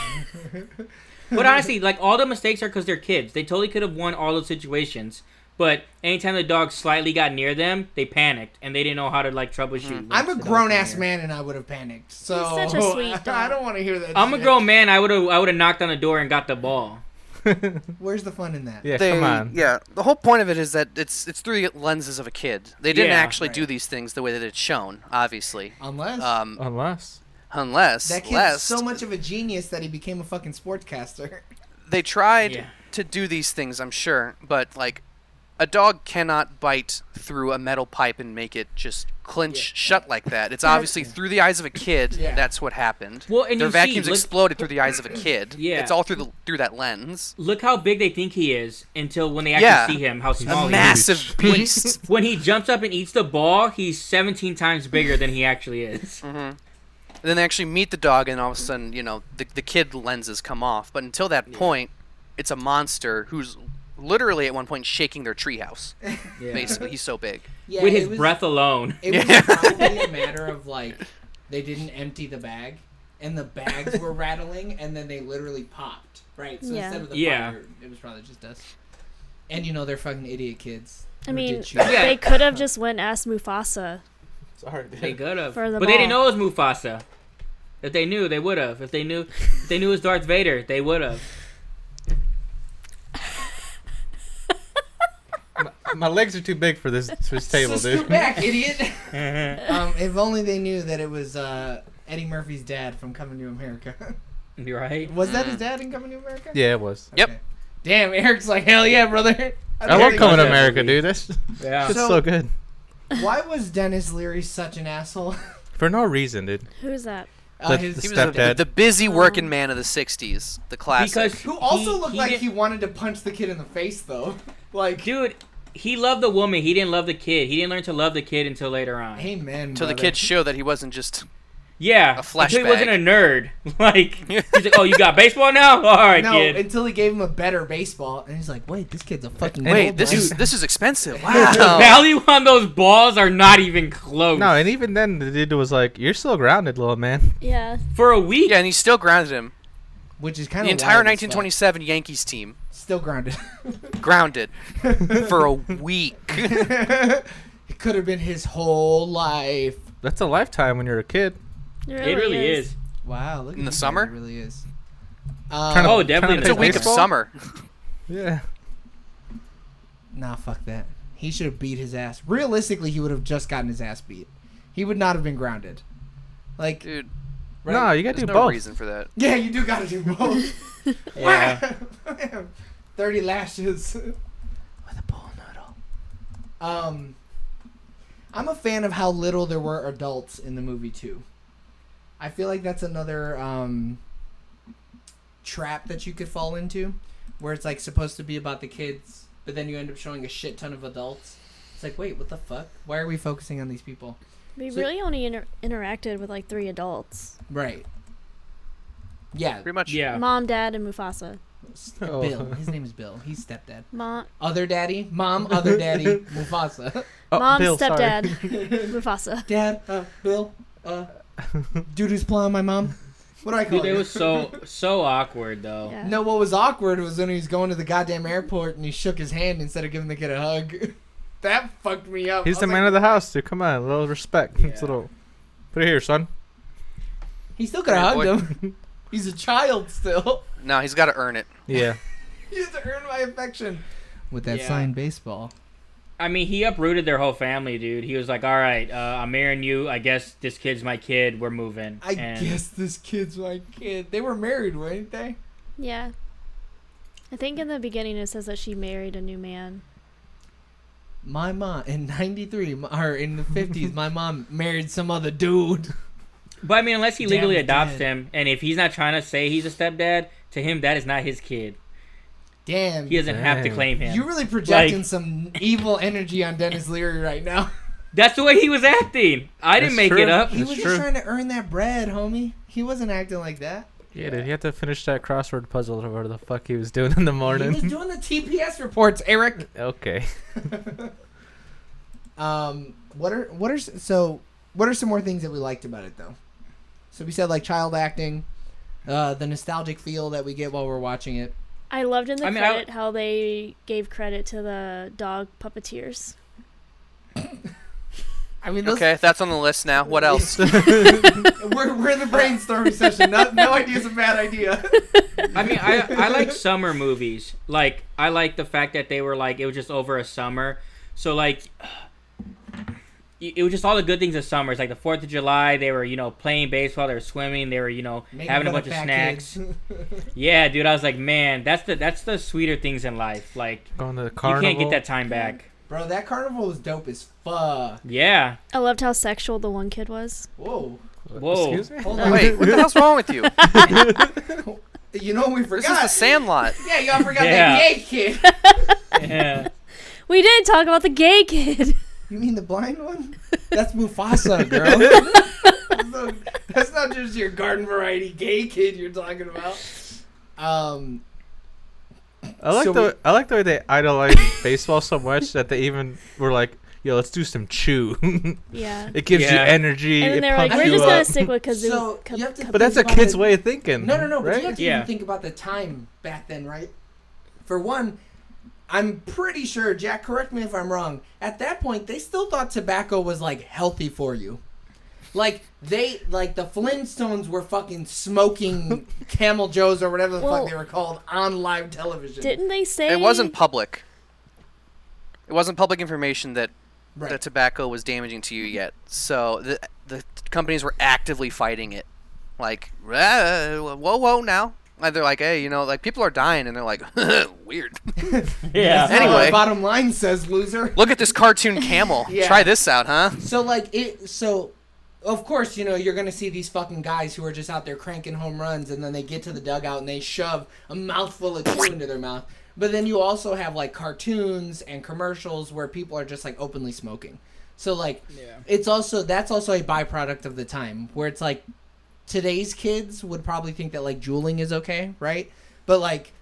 S4: but honestly, like all the mistakes are because they're kids. They totally could have won all those situations. But anytime the dog slightly got near them, they panicked and they didn't know how to like troubleshoot.
S1: Mm. I'm
S4: once
S1: a
S4: the dog
S1: grown
S4: got
S1: ass
S4: near.
S1: man, and I would have panicked. So
S5: such a sweet
S1: I
S5: dog.
S1: don't want to hear that.
S4: I'm a
S1: shit.
S4: grown man. I would have I would have knocked on the door and got the ball.
S1: Where's the fun in that?
S2: yeah, come on.
S3: Yeah, the whole point of it is that it's it's through the lenses of a kid. They didn't
S4: Yeah,
S3: actually do
S1: right.
S3: these things the way that it's shown, obviously.
S1: Unless
S3: Um,
S2: Unless
S3: unless
S1: that kid's
S3: lest,
S1: so much of a genius that he became a fucking sportscaster.
S3: they tried
S4: Yeah.
S3: to do these things, I'm sure, but like a dog cannot bite through a metal pipe and make it just clinch shut like that. It's obviously through the eyes of a kid.
S1: Yeah.
S3: That's what happened.
S4: Well, and
S3: their
S4: you see,
S3: vacuums
S4: look-
S3: exploded through the eyes of a kid.
S4: Yeah.
S3: it's all through the through that lens.
S4: Look how big they think he is until when they actually
S3: Yeah.
S4: see him, how small
S3: a
S4: he is.
S3: massive beast.
S4: When he jumps up and eats the ball, he's 17 times bigger than he actually is.
S3: and then they actually meet the dog, and all of a sudden, you know, the the kid lenses come off. But until that point, it's a monster who's literally at one point shaking their treehouse.
S4: Yeah.
S3: Basically, he's so big.
S1: Yeah,
S4: With his
S1: it was,
S4: breath alone.
S1: It
S3: Yeah.
S1: was probably a matter of like they didn't empty the bag, and the bags were rattling, and then they literally popped. Right. So
S5: Yeah.
S1: instead of the
S4: Yeah.
S1: fire, it was probably just us. And you know they're fucking idiot kids.
S5: I
S1: who
S5: mean,
S1: did shoot.
S5: They could have just went and asked Mufasa.
S2: sorry,
S4: They could have,
S5: For
S4: but
S5: the
S4: they didn't know it
S5: ball.
S4: was Mufasa. If they knew, they would have. If they knew, if they knew it was Darth Vader, they would have.
S2: my legs are too big for this, for this table,
S1: So scoot
S2: dude.
S1: back, idiot.
S4: yeah,
S1: um, if only they knew that it was uh, Eddie Murphy's dad from Coming to America.
S4: right.
S1: was that his dad in Coming to America?
S2: Yeah, it was.
S3: Yep.
S1: Okay. Damn, Eric's like hell yeah, brother.
S2: I love
S4: Eric
S2: coming to
S4: loves that
S2: America,
S4: movie.
S2: dude. That's
S4: Yeah.
S2: it's
S1: So-
S2: so, good
S1: Why was Dennis Leary such an asshole?
S2: for no reason, dude.
S5: Who's that?
S1: Uh,
S2: The-
S1: his-
S3: He was the,
S2: Stepdad.
S3: the busy working man of the '60s, the classic.
S4: Um, Because
S1: who also
S4: he-
S1: looked
S4: he
S1: like
S4: did-
S1: he wanted to punch the kid in the face, though. Like,
S4: dude. He loved the woman. He didn't love the kid. He didn't learn to love the kid until later on.
S1: amen.
S3: Till the
S1: brother.
S3: kids show that he wasn't just
S4: Yeah,
S3: A
S4: until he wasn't a
S3: flashback.
S4: nerd. Like he's like, oh, you got baseball now? All right,
S1: No,
S4: kid.
S1: until he gave him a better baseball, and he's like, "Wait, this kid's a fucking
S3: Wait,
S1: old
S3: this
S1: man."
S3: is this is expensive.
S4: The
S3: Wow.
S4: value on those balls are not even close.
S2: No, and even then, the dude was like, "You're still grounded, little man."
S5: Yeah.
S4: For a week,
S3: yeah, and he still grounded him.
S1: which is kind of
S3: The entire 1927 Yankees team
S1: still grounded.
S3: grounded for a week.
S1: it could have been his whole life.
S2: That's a lifetime when you're a kid.
S5: It
S4: it
S5: really,
S4: really, is.
S1: Wow, look
S3: In
S1: at
S3: the
S1: you,
S3: summer?
S1: it really is.
S2: Kinda-
S1: Um,
S4: Oh, definitely.
S2: kinda
S3: It's a week of
S2: Baseball?
S3: summer.
S2: Yeah.
S1: nah, fuck that. He should have beat his ass. Realistically, he would have just gotten his ass beat. He would not have been grounded. Like,
S3: Dude,
S1: right?
S2: No, you gotta
S3: there's
S2: do
S3: no
S2: both.
S3: reason for that.
S1: yeah, you do gotta do both.
S4: Yeah.
S1: Thirty lashes with a pole noodle. Um, I'm a fan of how little there were adults in the movie too. I feel like that's another um, trap that you could fall into, where it's like supposed to be about the kids, but then you end up showing a shit ton of adults. It's like, wait, what the fuck? Why are we focusing on these people?
S5: We
S1: So-
S5: really only inter- interacted with like three adults:
S1: Right. Yeah.
S3: Pretty much.
S4: Yeah.
S5: mom, dad, and Mufasa.
S2: Oh.
S1: Bill. His name is Bill. He's stepdad.
S5: Mom,
S1: Other daddy, mom, other daddy, Mufasa.
S2: Oh,
S5: mom,
S2: Bill, sorry.
S5: stepdad, Mufasa.
S1: Dad, uh, Bill, uh, dude who's plowing my mom. What do I call
S4: Dude, it
S1: you?
S4: was so so awkward though.
S5: Yeah.
S1: No, what was awkward was when he was going to the goddamn airport and he shook his hand instead of giving the kid a hug. that fucked me up.
S2: He's
S1: I
S2: the
S1: was
S2: man
S1: like,
S2: of the house, dude. Come on, a little respect. It's a
S4: Yeah.
S2: little. Put it here, son.
S1: He still could have
S3: Hey,
S1: hugged him. He's a child still.
S3: No, he's got to earn it.
S2: Yeah.
S1: He has to earn my affection. With that
S4: Yeah.
S1: signed baseball.
S4: I mean, he uprooted their whole family, dude. He was like, "All right, uh, I'm marrying you. I guess this kid's my kid. We're moving."
S1: I
S4: And-
S1: guess this kid's my kid. They were married, weren't they?
S5: Yeah. I think in the beginning it says that she married a new man.
S1: My mom in '93 m- or in the '50s, my mom married some other dude.
S4: But I mean, unless he
S1: Damn
S4: legally
S1: it,
S4: adopts
S1: dad.
S4: him, and if he's not trying to say he's a stepdad to him, that is not his kid.
S1: Damn,
S4: He doesn't have to
S2: Dang.
S4: claim him.
S1: You're really projecting
S4: Like-
S1: some evil energy on Dennis Leary right now.
S4: That's the way he was acting. I didn't
S2: That's
S4: make it
S2: true.
S4: up.
S1: he
S2: That's
S1: was just
S2: true.
S1: trying to earn that bread, homie. He wasn't acting like that.
S2: Yeah, dude. He had to finish that crossword puzzle or whatever the fuck he was doing in the
S1: He
S2: morning.
S1: was doing the TPS reports, Eric.
S2: okay.
S1: um, what are what are s- so what are some more things that we liked about it though? So we said like child acting, uh, the nostalgic feel that we get while we're watching it.
S5: I loved in the
S4: I mean, I-
S5: credit how they gave credit to the dog puppeteers.
S1: I mean, those,
S3: Okay, that's on the list now. What else?
S1: we're we're in the brainstorming session. No, no idea's a bad idea.
S4: I mean, I, I like summer movies. Like, I like the fact that they were like, it was just over a summer. So, like, it it was just all the good things of summer. It's like the 4th of July, they were, you know, playing baseball, they were swimming, they were, you know,
S1: Making
S4: having a
S1: fun
S4: bunch of
S1: fat
S4: snacks.
S1: kids.
S4: Yeah, dude, I was like, man, that's the that's the sweeter things in life. Like,
S2: Going to the carnival.
S4: you can't get that time back.
S1: Bro, that carnival was dope as fuck.
S4: Yeah.
S5: I loved how sexual the one kid was.
S1: Whoa.
S4: Whoa.
S2: Excuse me.
S1: Hold on.
S3: Wait, what the hell's wrong with you?
S1: You know what we
S3: This is the
S1: forgot?
S3: Sandlot.
S1: yeah, y'all forgot
S4: Yeah.
S1: that gay kid.
S4: Yeah.
S5: We didn't talk about the gay kid.
S1: You mean the blind one? That's Mufasa, girl. that's, not, that's not just your garden variety gay kid you're talking about. Um,
S2: I like
S1: So
S2: the
S1: we-
S2: I like the way they idolize baseball so much that they even were like, "Yo, let's do some chew."
S5: yeah.
S2: it gives you
S4: Yeah.
S2: energy.
S5: And then
S2: it
S5: they're like,
S2: pumps
S5: we're
S2: you
S5: just
S2: up.
S5: gonna stick with Kazoo.
S1: So,
S5: Ka-
S1: you have to-
S5: Ka-
S2: But that's a
S1: Think about
S2: kid's
S1: it.
S2: way of thinking.
S1: no, no, no. But you
S2: Right?
S1: have to
S4: Yeah.
S1: even think about the time back then, right? For one, I'm pretty sure, Jack, correct me if I'm wrong, at that point, they still thought tobacco was, like, healthy for you. Like, they, like, the Flintstones were fucking smoking Camel Joes or whatever the
S5: Well,
S1: fuck they were called on live television.
S5: Didn't they say
S3: It wasn't public. It wasn't public information that
S1: right. Mm-hmm.
S3: that tobacco was damaging to you yet. So the the companies were actively fighting it. Like, "Ah, whoa, whoa, now. And they're like, hey, you know, like people are dying, and they're like, weird.
S4: Yeah.
S1: That's not what
S3: Anyway.
S1: Uh, bottom line says loser.
S3: Look at this cartoon camel.
S1: Yeah.
S3: Try this out, huh?
S1: So like it. So of course you know you're gonna see these fucking guys who are just out there cranking home runs, and then they get to the dugout and they shove a mouthful of chew into their mouth. But then you also have like cartoons and commercials where people are just like openly smoking. So like
S4: Yeah.
S1: it's also that's also a byproduct of the time where it's like today's kids would probably think that like jeweling is okay, right? But like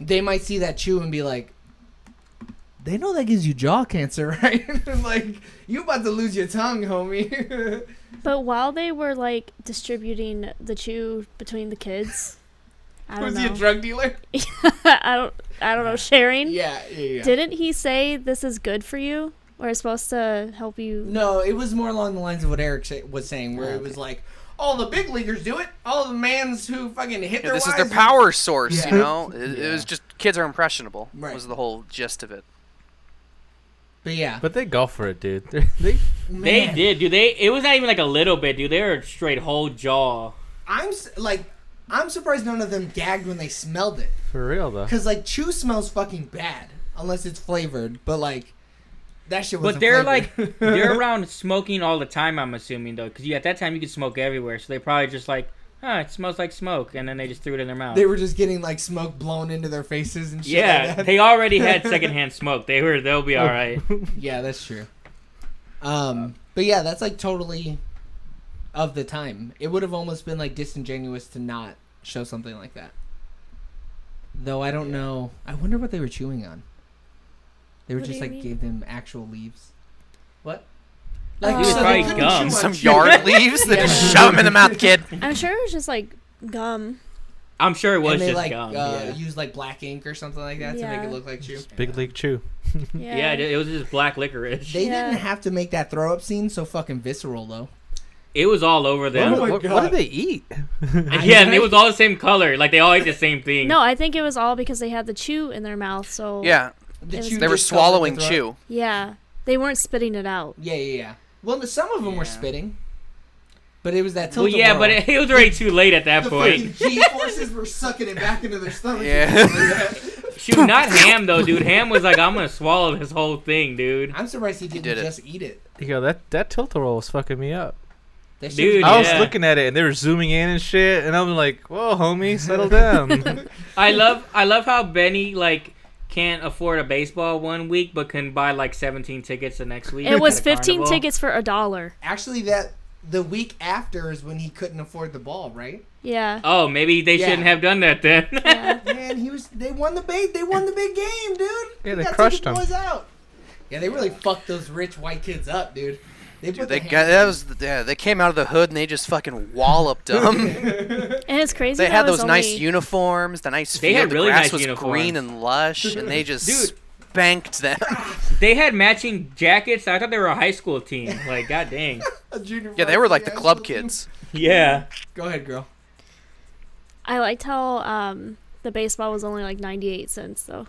S1: they might see that chew and be like they know that gives you jaw cancer, right? And, like you about to lose your tongue, homie.
S5: But while they were like distributing the chew between the kids, I don't
S1: Was he a
S5: know.
S1: drug dealer?
S5: I don't. I don't know. Sharing.
S1: Yeah, yeah, yeah.
S5: Didn't he say this is good for you, or is supposed to help you?
S1: No, it was more along the lines of what Eric sa- was saying, where it was like, all the big leaguers do it. All the mans who fucking hit
S3: Yeah,
S1: their
S3: this is
S1: wives
S3: their
S1: with-
S3: power source,
S1: Yeah.
S3: you know. It, it was
S1: Yeah.
S3: just kids are impressionable.
S1: Right.
S3: Was the whole gist of it.
S1: But yeah,
S2: But they go for it, dude. They,
S4: They
S1: Oh, man,
S4: did, dude. They it was not even like a little bit, dude. They were straight whole jaw.
S1: I'm s- like, I'm surprised none of them gagged when they smelled it,
S2: for real though.
S1: because like chew smells fucking bad unless it's flavored. But like, that shit was.
S4: But they're like they're around smoking all the time. I'm assuming though, because at that time you could smoke everywhere, so they probably just like, huh, it smells like smoke, and then they just threw it in their mouth.
S1: they were just getting like smoke blown into their faces and shit.
S4: yeah,
S1: like that.
S4: they already had secondhand smoke. They were they'll be all right.
S1: yeah, that's true. Um, but yeah, that's like totally of the time. It would have almost been like disingenuous to not show something like that. Though I don't know. I wonder what they were chewing on. They were
S5: What do
S1: just
S5: you
S1: like
S5: mean?
S1: gave them actual leaves. What? Uh,
S5: Like, It was
S1: they
S5: probably
S1: couldn't
S4: gum.
S1: chew on
S3: Um, Some
S1: shit.
S3: yard leaves, then just shove them in the mouth, kid.
S5: I'm sure it was just like gum.
S4: I'm sure it was
S1: And they
S4: just
S1: like
S4: gum.
S1: uh,
S4: yeah.
S1: used like black ink or something like that to make
S5: Yeah.
S1: it look like chew.
S2: Big league chew.
S5: Yeah.
S4: Yeah, it it was just black licorice.
S1: They
S5: Yeah.
S1: didn't have to make that throw up scene so fucking visceral though.
S4: it was all over them.
S1: Oh my
S2: what,
S1: God.
S2: what did they eat?
S4: yeah, and it was all the same color. Like they all ate the same thing.
S5: No, I think it was all because they had the chew in their mouth. So
S3: Yeah,
S1: The
S5: It was-
S1: chew
S3: they were
S1: just covered the
S3: swallowing
S1: throw up.
S3: chew.
S5: Yeah. They weren't spitting it out.
S1: Yeah, yeah, yeah. Well, no, some of them were
S4: Yeah.
S1: spitting, but it was that
S4: Well,
S1: tilt.
S4: yeah, but it, it was already too late at that
S1: the
S4: point.
S1: fucking G forces were sucking it back into their stomach.
S3: Yeah.
S4: Shoot, not ham though, dude. Ham was like, I'm gonna swallow this whole thing, dude.
S1: I'm surprised he didn't
S3: did it.
S1: just eat it.
S2: Yo, that that tilt roll was fucking me up.
S1: That shit
S4: Dude,
S1: was-
S2: I was
S4: Yeah.
S2: looking at it and they were zooming in and shit, and I'm like, "Whoa, homie, settle down."
S4: I love, I love how Benny like can't afford a baseball one week, but can buy like 17 tickets the next week.
S5: It was
S4: at a
S5: 15
S4: carnival.
S5: tickets for a dollar.
S1: actually that the week after is when he couldn't afford the ball, right?
S5: Yeah.
S4: Oh, maybe they
S1: Yeah.
S4: shouldn't have done that then.
S5: yeah.
S1: Man, he was. They won the big. They won the big game, dude.
S2: Yeah, they
S1: gotta take
S2: crushed
S1: the
S2: 'em.
S1: Boys out. Yeah, they really fucked those rich white kids up, dude. They put
S3: They
S1: the
S3: got that was yeah, they came out of the hood and they just fucking walloped them.
S5: And it's crazy.
S3: they
S5: that
S3: had
S5: it was
S3: those nice
S5: only-
S3: uniforms, the nice
S4: They
S3: field,
S4: had really
S3: the grass
S4: nice
S3: was green
S4: uniforms.
S3: and lush, and they just
S4: Dude.
S3: spanked them.
S4: they had matching jackets. I thought they were a high school team. Like, god dang.
S1: a junior
S3: yeah, they
S1: varsity
S3: were like the
S1: high
S3: club
S1: school team.
S3: kids.
S4: Yeah.
S1: Go ahead, girl.
S5: I liked how um, the baseball was only like 98 cents, though.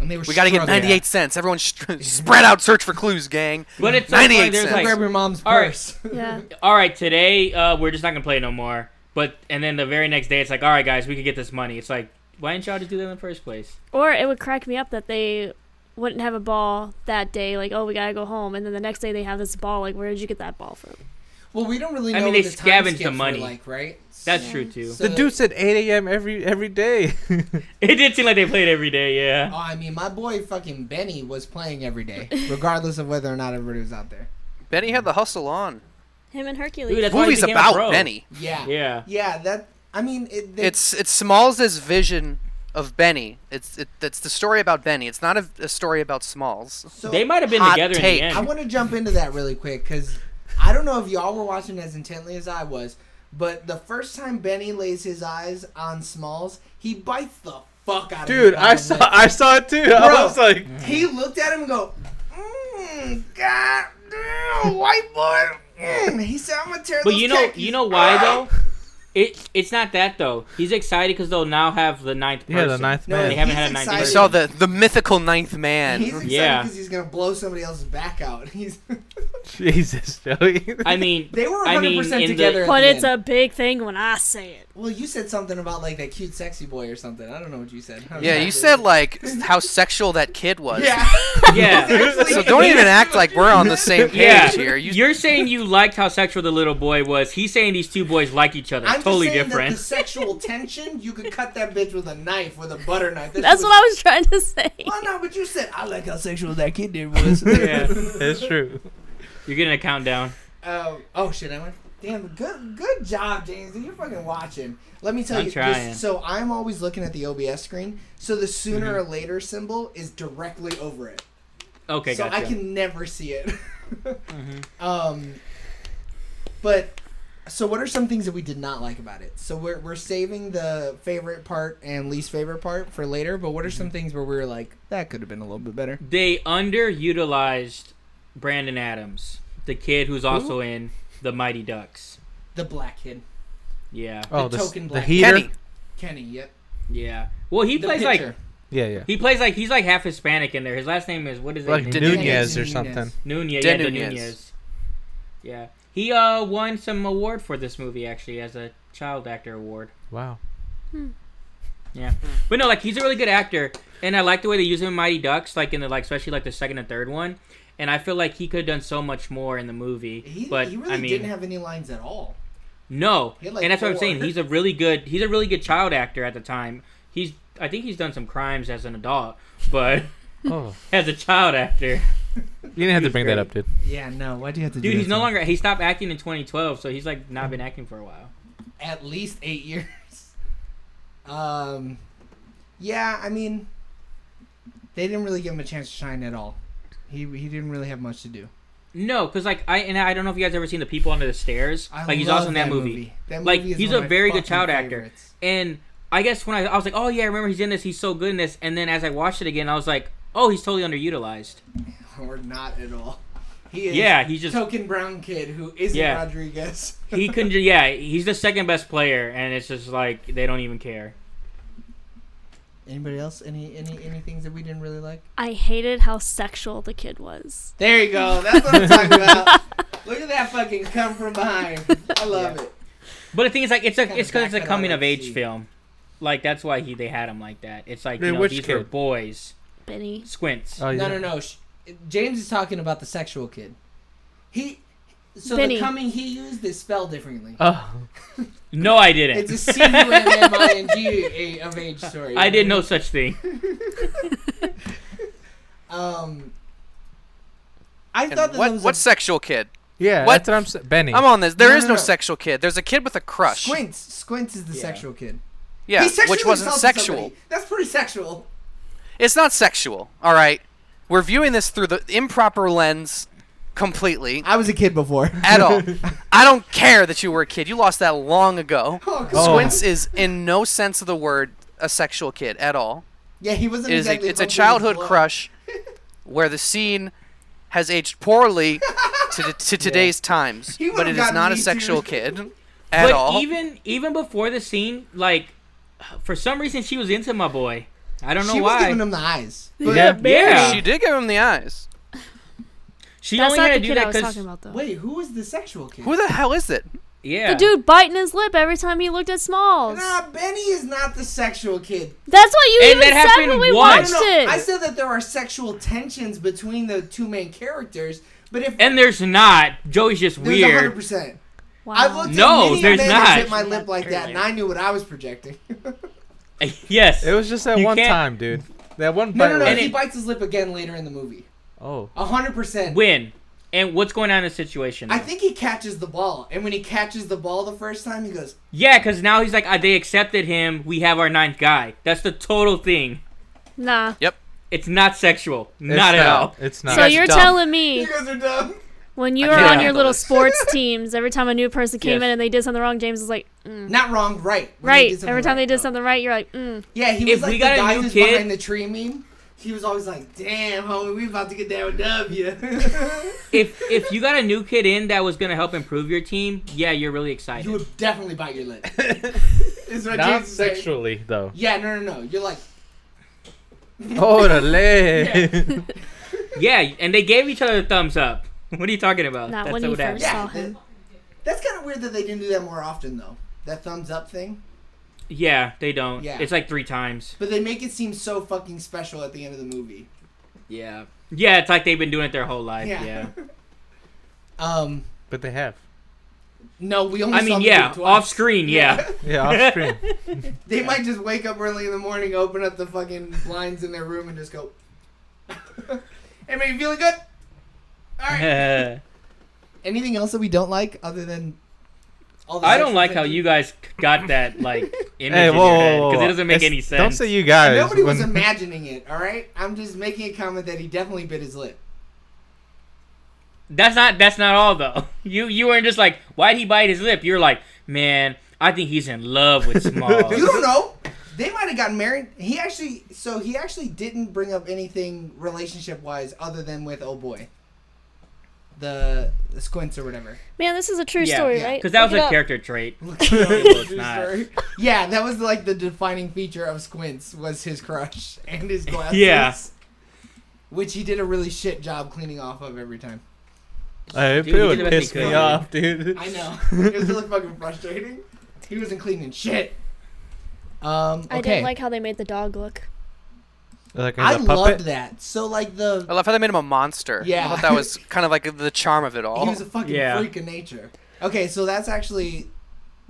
S1: And they were.
S3: We gotta get
S1: struggling.
S3: 98 cents. Everyone str spread out, search for clues, gang.
S4: But it's so funny.
S3: 98
S4: There's
S3: cents.
S1: Grab
S4: like,
S1: your mom's
S4: All right.
S1: purse.
S5: Yeah.
S4: all right, today uh, we're just not gonna play no more. But and then the very next day, it's like, all right, guys, we could get this money. It's like, why didn't y'all just do that in the first place?
S5: Or it would crack me up that they wouldn't have a ball that day. Like, oh, we gotta go home. And then the next day they have this ball. Like, where did you get that ball from?
S1: Well, we don't really know.
S4: I mean,
S1: what
S4: they
S1: the time
S4: scavenged the
S1: skips were
S4: money.
S1: Like, right?
S4: That's
S5: Yeah.
S4: true too.
S1: So-
S2: the dude said 8 a.m. every every day.
S4: It did seem like they played every day. Yeah.
S1: Oh, I mean, my boy fucking Benny was playing every day, regardless of whether or not everybody was out there.
S3: Benny had the hustle on.
S5: Him and Hercules.
S4: Dude, that's why he
S3: Movie's
S4: became a pro.
S3: about Benny.
S1: Yeah.
S4: Yeah.
S1: Yeah, that. I mean, it, they,
S3: It's it's Smalls' vision of Benny. It's it, that's the story about Benny. It's not a, a story about Smalls.
S1: so,
S4: They might have been
S3: Hot
S4: together
S3: take.
S4: in the
S1: I
S4: end.
S1: want to jump into that really quick because I don't know if y'all were watching as intently as I was, but the first time Benny lays his eyes on Smalls, he bites the fuck out of
S2: dude,
S1: him.
S2: I saw I saw it too.
S1: Bro.
S2: I was like,
S1: He looked at him and go, mm, God damn, white boy. Mm. He said, I'm going to tear
S4: but
S1: those
S4: you know,
S1: khakis."
S4: you know why though? It it's not that though. He's excited because they'll now have the ninth. Person.
S2: Yeah, the ninth
S1: No,
S2: man.
S4: They haven't
S1: he's
S4: had a ninth.
S1: excited.
S3: I
S4: person.
S3: saw the the mythical ninth man.
S1: He's excited
S4: Yeah.
S1: because he's going to blow somebody else's back out. He's
S2: Jesus, Joey.
S4: I mean,
S1: They were 100%
S4: I mean, in the-
S1: together. at
S5: but
S1: the
S5: it's
S1: end.
S5: a big thing when I say it.
S1: Well, you said something about like that cute sexy boy or something. I don't know what you said. I don't
S3: yeah,
S1: know.
S3: you said like how sexual that kid was.
S1: Yeah.
S4: yeah.
S3: So don't even act like we're on the same page
S4: Yeah,
S3: here. You,
S4: you're saying you liked how sexual the little boy was. He's saying these two boys like each other.
S1: I'm just
S4: totally
S1: saying
S4: different.
S1: That the sexual tension, you could cut that bitch with a knife, with a butter knife. That
S5: That's
S1: shit
S5: what I was trying to say.
S1: Well, no, but you said I like how sexual that kid did was.
S4: Yeah.
S2: it's true.
S4: You're getting a countdown.
S1: Um, oh shit! I went. Damn, good good job, James. You're fucking watching. Let me tell
S4: I'm
S1: you.
S4: trying.
S1: This, so I'm always looking at the OBS screen. So the sooner
S4: Mm-hmm.
S1: or later symbol is directly over it.
S4: Okay,
S1: so
S4: gotcha. Mm-hmm.
S1: I can never see it. Um, but so what are some things that we did not like about it? So we're we're saving the favorite part and least favorite part for later. But what are
S4: Mm-hmm.
S1: some things where we were like that could have been a little bit better?
S4: They underutilized Brandon Adams, the kid who's also in the Mighty Ducks.
S1: The black kid,
S4: Yeah,
S2: Oh,
S1: The
S2: the, s-
S1: token
S2: the
S1: black-
S2: heater.
S3: Kenny.
S1: Kenny. Yep.
S4: yeah. Well, he
S1: The
S4: plays
S1: pitcher.
S4: like
S2: Yeah, yeah.
S4: he plays like he's like half Hispanic in there. His last name is what is it?
S2: Like
S4: Nu-
S3: Nunez.
S2: Nunez or
S1: Nunez.
S2: something.
S4: Nunez.
S3: De
S4: Yeah, De
S3: Nunez.
S4: Nunez. Yeah, he uh won some award for this movie actually as a child actor award.
S2: Wow.
S4: But no, like he's a really good actor, and I like the way they use him in Mighty Ducks, like in the like especially like the second and third one. And I feel like he could have done so much more in the movie.
S1: He,
S4: but
S1: he really
S4: I mean,
S1: didn't have any lines at all.
S4: no,
S1: He had, like,
S4: and that's what I'm saying.
S1: four.
S4: He's a really good he's a really good child actor at the time. He's I think he's done some crimes as an adult, but
S2: Oh,
S4: as a child actor,
S2: you didn't have to
S4: was
S2: bring
S4: great.
S2: that up, dude.
S1: Yeah, no. Why do you have to
S4: dude,
S1: do
S4: he's
S1: that
S4: no
S1: to me?
S4: longer he stopped acting in 2012, so he's like not been acting for a while.
S1: at least eight years. Um, yeah, I mean, they didn't really give him a chance to shine at all. He he didn't really have much to do.
S4: No, because like I and I don't know if you guys ever seen the people under the stairs.
S1: I
S4: like he's
S1: love
S4: also in that, movie.
S1: That
S4: Like,
S1: movie is
S4: he's
S1: one of
S4: a
S1: my
S4: very good
S1: fucking
S4: child actor.
S1: favorites.
S4: And I guess when I, I was like, oh yeah, I remember he's in this. He's so good in this. And then as I watched it again, I was like, oh, he's totally underutilized.
S1: Or not at all. He is
S4: Yeah, he's just
S1: token brown kid who isn't
S4: Yeah.
S1: Rodriguez.
S4: he can. ju- Yeah, he's the second best player, and it's just like they don't even care.
S1: Anybody else? Any any any things that we didn't really like?
S5: I hated how sexual the kid was.
S1: There you go. That's what I'm talking about. Look at that fucking come from behind. I love
S4: Yeah.
S1: it.
S4: But the thing is, like, it's a
S1: Kinda
S4: it's because it's
S1: back that
S4: a
S1: I
S4: coming of
S1: like
S4: age
S1: to see.
S4: film. Like that's why he they had him like that. It's like
S2: Wait,
S4: you know
S2: which
S4: these were
S2: kid?
S4: boys
S5: Benny.
S4: squints.
S2: Oh, yeah.
S1: No, no, no. Sh- James is talking about the sexual kid. He. So
S5: Benny.
S1: the coming he used is spelled differently.
S2: Oh,
S4: no, I didn't.
S1: it's a C U M M I N G a- of age story.
S4: I did no such thing.
S1: Um, I
S3: And
S1: thought that
S3: what
S1: there was
S3: what
S1: a
S3: sexual kid?
S2: yeah.
S3: What?
S2: That's what I'm saying. Benny.
S3: I'm on this. There
S1: No,
S3: is
S1: no,
S3: no,
S1: no.
S3: sexual kid. There's a kid with a crush.
S1: Squints. Squints is the
S4: Yeah.
S1: sexual kid.
S3: Yeah,
S1: He sexually
S3: which wasn't
S1: assaulted
S3: sexual.
S1: somebody. That's pretty sexual.
S3: It's not sexual. All right. We're viewing this through the improper lens completely
S1: I was a kid before.
S3: at all. I don't care that you were a kid. You lost that long ago.
S1: Oh, God.
S3: Squints is in no sense of the word a sexual kid at all.
S1: Yeah, he wasn't
S3: It is
S1: exactly.
S3: a, it's a
S1: humping his
S3: childhood
S1: blood.
S3: crush where the scene has aged poorly to, the, to today's times,
S1: He
S3: but
S1: would've
S3: it is
S1: gotten
S3: not a
S1: me,
S3: sexual
S1: dude.
S3: kid at
S4: but
S3: all.
S4: even even before the scene, like for some reason she was into my boy. I don't know
S1: She
S4: why.
S1: was giving him the eyes. But-
S2: Yeah.
S4: Yeah.
S3: she did give him the eyes.
S4: She
S5: That's
S4: only
S5: not
S4: had
S5: the
S4: to do
S5: kid I
S4: that
S5: was talking
S4: because
S5: about though.
S1: Wait, who was the sexual kid?
S3: Who the hell is it?
S4: yeah,
S5: The dude biting his lip every time he looked at Smalls.
S1: Nah, Benny is not the sexual kid.
S5: That's what you
S4: And
S5: even
S4: that
S5: said
S4: happened
S5: when we
S4: once.
S5: watched
S1: No,
S5: it.
S1: I said that there are sexual tensions between the two main characters, but if
S4: And there's not. Joey's just
S1: there's
S4: weird.
S1: 100%.
S5: wow.
S1: I've looked
S4: No,
S1: at many
S4: there's
S1: men
S4: not.
S1: that bit my lip like that, and I knew what I was projecting. no,
S4: yes.
S2: It was just that
S4: You
S2: one
S4: can't-
S2: time, dude. That one bite.
S1: no, no.
S4: And
S1: He
S4: it-
S1: bites his lip again later in the movie.
S2: oh,
S1: A hundred percent.
S4: When and what's going on in the situation?
S1: I think he catches the ball, and when he catches the ball the first time, he goes,
S4: yeah, because now he's like, uh, they accepted him. We have our ninth guy. That's the total thing.
S5: nah.
S4: It's not sexual.
S2: It's
S4: Not at all.
S2: It's not.
S5: So
S3: guys
S5: you're
S3: dumb.
S5: telling
S1: "You
S5: me
S1: guys are dumb."
S5: when you
S3: I
S5: were
S3: can't
S5: on your
S3: handle
S5: little
S3: this.
S5: sports teams, every time a new person came
S4: Yes.
S5: in and they did something wrong, James was like, mm.
S1: Not wrong, right? When he
S5: right.
S1: did something
S5: Every time
S1: right. Oh.
S5: they did something right, you're like, mm.
S1: Yeah, he was
S4: If
S1: like
S4: we
S1: the
S4: got a
S1: guy
S4: new
S1: who's
S4: kid-
S1: behind the tree meme. He was always like, "Damn, homie, we about to get down with W."
S4: If if you got a new kid in that was gonna help improve your team, yeah, you're really
S1: you
S4: excited.
S1: would definitely bite your lip. is what
S2: not
S1: James is saying.
S2: sexually though.
S1: Yeah, no, no, no. You're like,
S2: Orale.
S4: yeah, and they gave each other thumbs up. What are you talking about?
S5: Not
S4: That's
S5: when
S4: so
S5: he
S4: bad.
S5: first-
S1: yeah.
S5: Saw him.
S1: That's kind of weird that they didn't do that more often, though. That thumbs up thing.
S4: Yeah, they don't.
S1: Yeah.
S4: It's like three times.
S1: But they make it seem so fucking special at the end of the movie.
S4: Yeah. Yeah, it's like they've been doing it their whole life.
S1: Yeah.
S4: Yeah.
S1: Um,
S2: but they have.
S1: no, we only.
S4: I
S1: saw
S4: mean,
S1: the
S4: yeah,
S1: dude twice.
S4: off screen, yeah.
S2: Yeah, off screen.
S1: They might just wake up early in the morning, open up the fucking blinds in their room, and just go. Everybody feeling good? All right.
S4: Uh,
S1: anything else that we don't like other than all the
S4: I
S1: sexual
S4: don't like how
S1: tension?
S4: you guys got that like image
S2: Hey, whoa,
S4: in your
S2: whoa,
S4: head
S2: whoa,
S4: because
S2: whoa.
S4: it doesn't make
S2: It's-
S4: any sense.
S2: Don't say you guys.
S1: Nobody was
S2: when-
S1: imagining it, all right? I'm just making a comment that he definitely bit his lip.
S4: That's not that's not all though. You you weren't just like, why'd he bite his lip? You're like, man, I think he's in love with Small.
S1: You don't know. They might have gotten married. He actually, so he actually didn't bring up anything relationship wise other than with oh boy, the, the squints or whatever.
S5: Man, this is a true
S4: Yeah,
S5: story,
S1: yeah.
S5: right?
S4: Because that was
S5: Look it
S4: a
S5: up.
S4: character trait. it's not.
S1: Sorry. Yeah, that was like the defining feature of Squints was his crush and his glasses.
S4: Yeah.
S1: Which he did a really shit job cleaning off of every time.
S2: Hey,
S4: Dude,
S2: it
S4: you
S2: would
S4: did the best
S2: piss
S4: you
S2: me
S4: could.
S2: off, dude.
S1: I know. it was really fucking frustrating. He wasn't cleaning shit. Um, okay.
S5: I didn't like how they made the dog look.
S2: Like as
S1: I
S2: a puppet.
S1: loved that. So like the
S3: I love how they made him a monster.
S1: Yeah.
S3: I thought that was kind of like the charm of it all.
S1: He was a fucking
S4: Yeah.
S1: freak of nature. Okay, so that's actually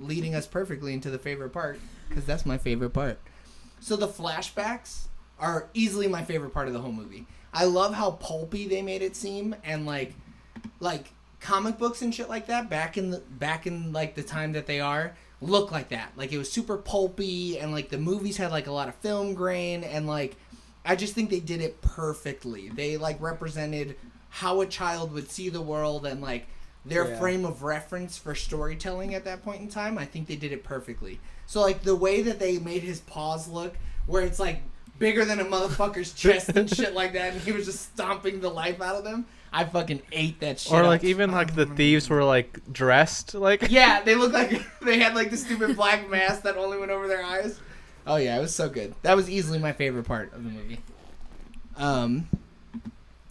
S1: leading us perfectly into the favorite part because that's my favorite part. So the flashbacks are easily my favorite part of the whole movie. I love how pulpy they made it seem and like like comic books and shit like that back in the back in like the time that they are look like that. Like it was super pulpy and like the movies had like a lot of film grain and like I just think they did it perfectly. They like represented how a child would see the world and like their
S4: Yeah.
S1: frame of reference for storytelling at that point in time. I think they did it perfectly. So like the way that they made his paws look, where it's like bigger than a motherfucker's chest and shit like that, and he was just stomping the life out of them. I fucking ate that shit.
S2: Or
S1: up.
S2: like even like the thieves were like dressed like.
S1: um, Yeah, they looked like they had like the stupid black mask that only went over their eyes. Oh yeah, it was so good. That was easily my favorite part of the movie. Um,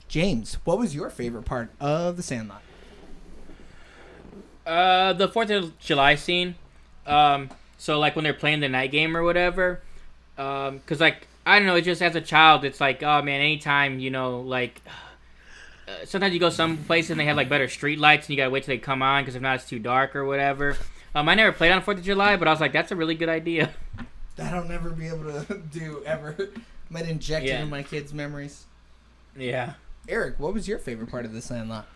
S1: James, what was your favorite part of The Sandlot?
S4: Uh, the Fourth of July scene. Um, so like when they're playing the night game or whatever. Um, cause like I don't know, it's just as a child, it's like oh man, anytime you know like. Uh, sometimes you go some places and they have like better street lights and you gotta wait till they come on because if not it's too dark or whatever. Um, I never played on Fourth of July, but I was like, that's a really good idea.
S1: That I'll never be able to do ever. Might inject
S4: Yeah.
S1: it in my kids' memories.
S4: Yeah.
S1: Eric, what was your favorite part of The Sandlot?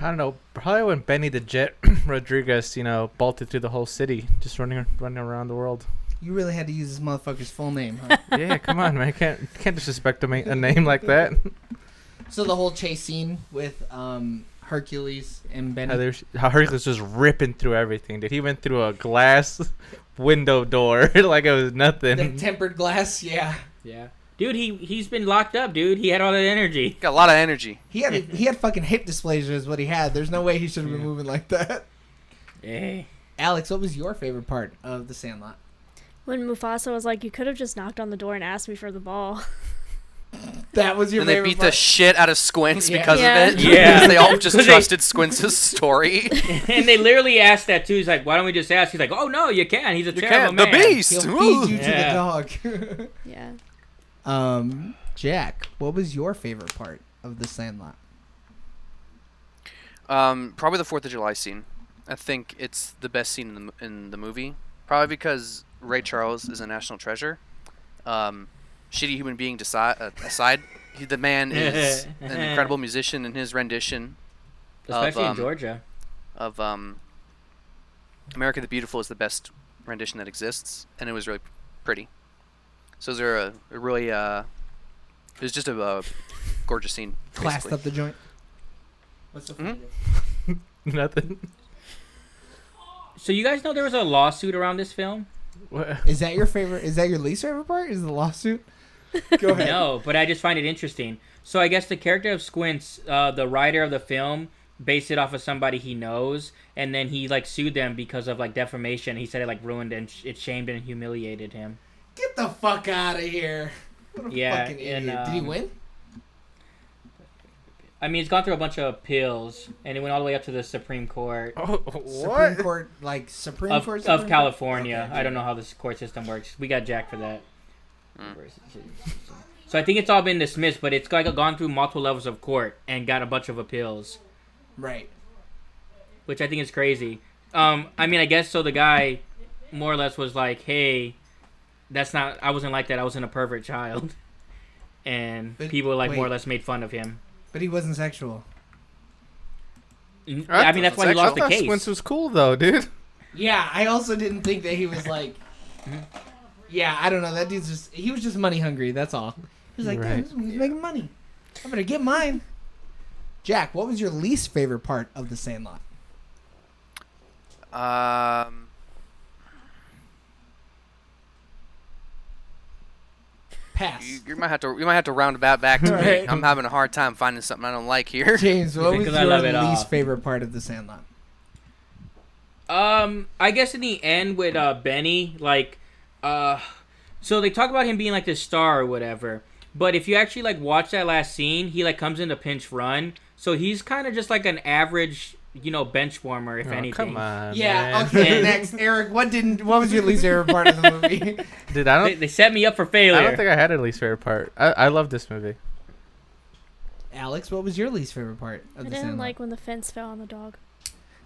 S2: I don't know. Probably when Benny the Jet Rodriguez, you know, bolted through the whole city, just running running around the world.
S1: You really had to use this motherfucker's full name, huh?
S2: Yeah, come on, man. Can't can't disrespect a, ma- a name like that.
S1: so the whole chase scene with um, Hercules and Benny.
S2: How, they was- how Hercules was ripping through everything. Did he went through a glass window door like it was
S1: the
S2: nothing?
S1: tempered glass, yeah.
S4: Yeah. Dude, he he's been locked up, dude. He had all that energy.
S3: Got a lot of energy.
S1: He had he had fucking hip dysplasia is what he had. There's no way he should have been
S2: Yeah.
S1: moving like that.
S4: Yeah.
S1: Alex, what was your favorite part of the Sandlot?
S5: When Mufasa was like, "You could have just knocked on the door and asked me for the ball."
S1: That was your
S3: and they
S1: favorite
S3: beat the
S1: part.
S3: shit out of Squints
S1: Yeah.
S3: because
S5: Yeah.
S3: of it.
S4: Yeah.
S3: Because they all just
S4: 'Cause they-
S3: trusted Squints' story.
S4: and they literally asked that too. He's like, why don't we just ask? He's like, oh no, you can. He's a
S3: You
S4: terrible
S3: can't. The
S4: man.
S3: beast.
S1: He'll feed
S3: Ooh.
S1: you
S4: Yeah.
S1: to the
S5: Yeah.
S1: dog. um, Jack, what was your favorite part of the Sandlot?
S3: Um, probably the Fourth of July scene. I think it's the best scene in the m- in the movie. Probably because Ray Charles is a national treasure. Um, shitty human being deci- uh, aside, he, the man is an incredible musician, and his rendition
S4: Especially
S3: Of, um,
S4: in Georgia.
S3: of um, America the Beautiful is the best rendition that exists, and it was really pretty. So those are a, a really uh, it was just a, uh gorgeous scene.
S1: Classed
S3: basically.
S1: up the joint. What's the
S3: Hmm?
S2: nothing.
S4: So you guys know there was a lawsuit around this film?
S2: What?
S1: Is that your favorite? Is that your least favorite part? Is the lawsuit? Go ahead.
S4: No, but I just find it interesting. So I guess the character of Squints, uh, the writer of the film, based it off of somebody he knows, and then he like sued them because of like defamation. He said it like ruined and sh- it shamed and humiliated him.
S1: Get the fuck out of here. What a
S4: Yeah,
S1: fucking idiot.
S4: and,
S1: Did he
S4: um,
S1: win?
S4: I mean, it's gone through a bunch of appeals, and it went all the way up to the Supreme Court.
S2: Oh,
S1: Supreme
S2: what?
S1: Court, like Supreme
S4: of,
S1: Court
S4: of
S1: Supreme Court?
S4: California.
S1: Okay.
S4: I don't know how this court system works. We got Jack for that.
S1: Hmm.
S4: So I think it's all been dismissed, but it's like gone through multiple levels of court and got a bunch of appeals,
S1: Right.
S4: which I think is crazy. Um, I mean, I guess so. The guy, more or less, was like, "Hey, that's not. I wasn't like that. I wasn't a pervert child." And
S1: But
S4: people like more or
S1: wait.
S4: less made fun of him.
S1: But he wasn't sexual.
S4: Mm-hmm. I mean, that's why he
S3: Sexual
S4: lost the
S2: Thought Squints
S4: case.
S2: was cool though, dude.
S1: Yeah, I also didn't think that he was like. yeah, I don't know. That dude's just. He was just money hungry. That's all. He was like,
S2: Right.
S1: damn, this one's making money. I better get mine. Jack, what was your least favorite part of The Sandlot?
S3: Um, you,
S1: Pass.
S3: you might have to you might have to round about back to me.
S1: Right.
S3: I'm having a hard time finding something I don't like here.
S1: James, what was
S4: Because
S1: your
S4: I love
S1: least
S4: it all.
S1: favorite part of The Sandlot?
S4: Um, I guess in the end with uh Benny, like, uh, so they talk about him being like this star or whatever. But if you actually like watch that last scene, he like comes in to pinch run, so he's kind of just like an average, you know, bench warmer if
S2: Oh,
S4: anything.
S2: come on.
S1: Yeah.
S2: man.
S1: Okay.
S4: And-
S1: next, Eric. What didn't? What was your least favorite part of the movie?
S2: Dude, I
S4: They,
S2: don't.
S4: they set me up for failure.
S2: I don't think I had a least favorite part. I, I love this movie.
S1: Alex, what was your least favorite part
S5: I
S1: of the
S5: didn't
S1: Sandlot?
S5: like when the fence fell on the dog.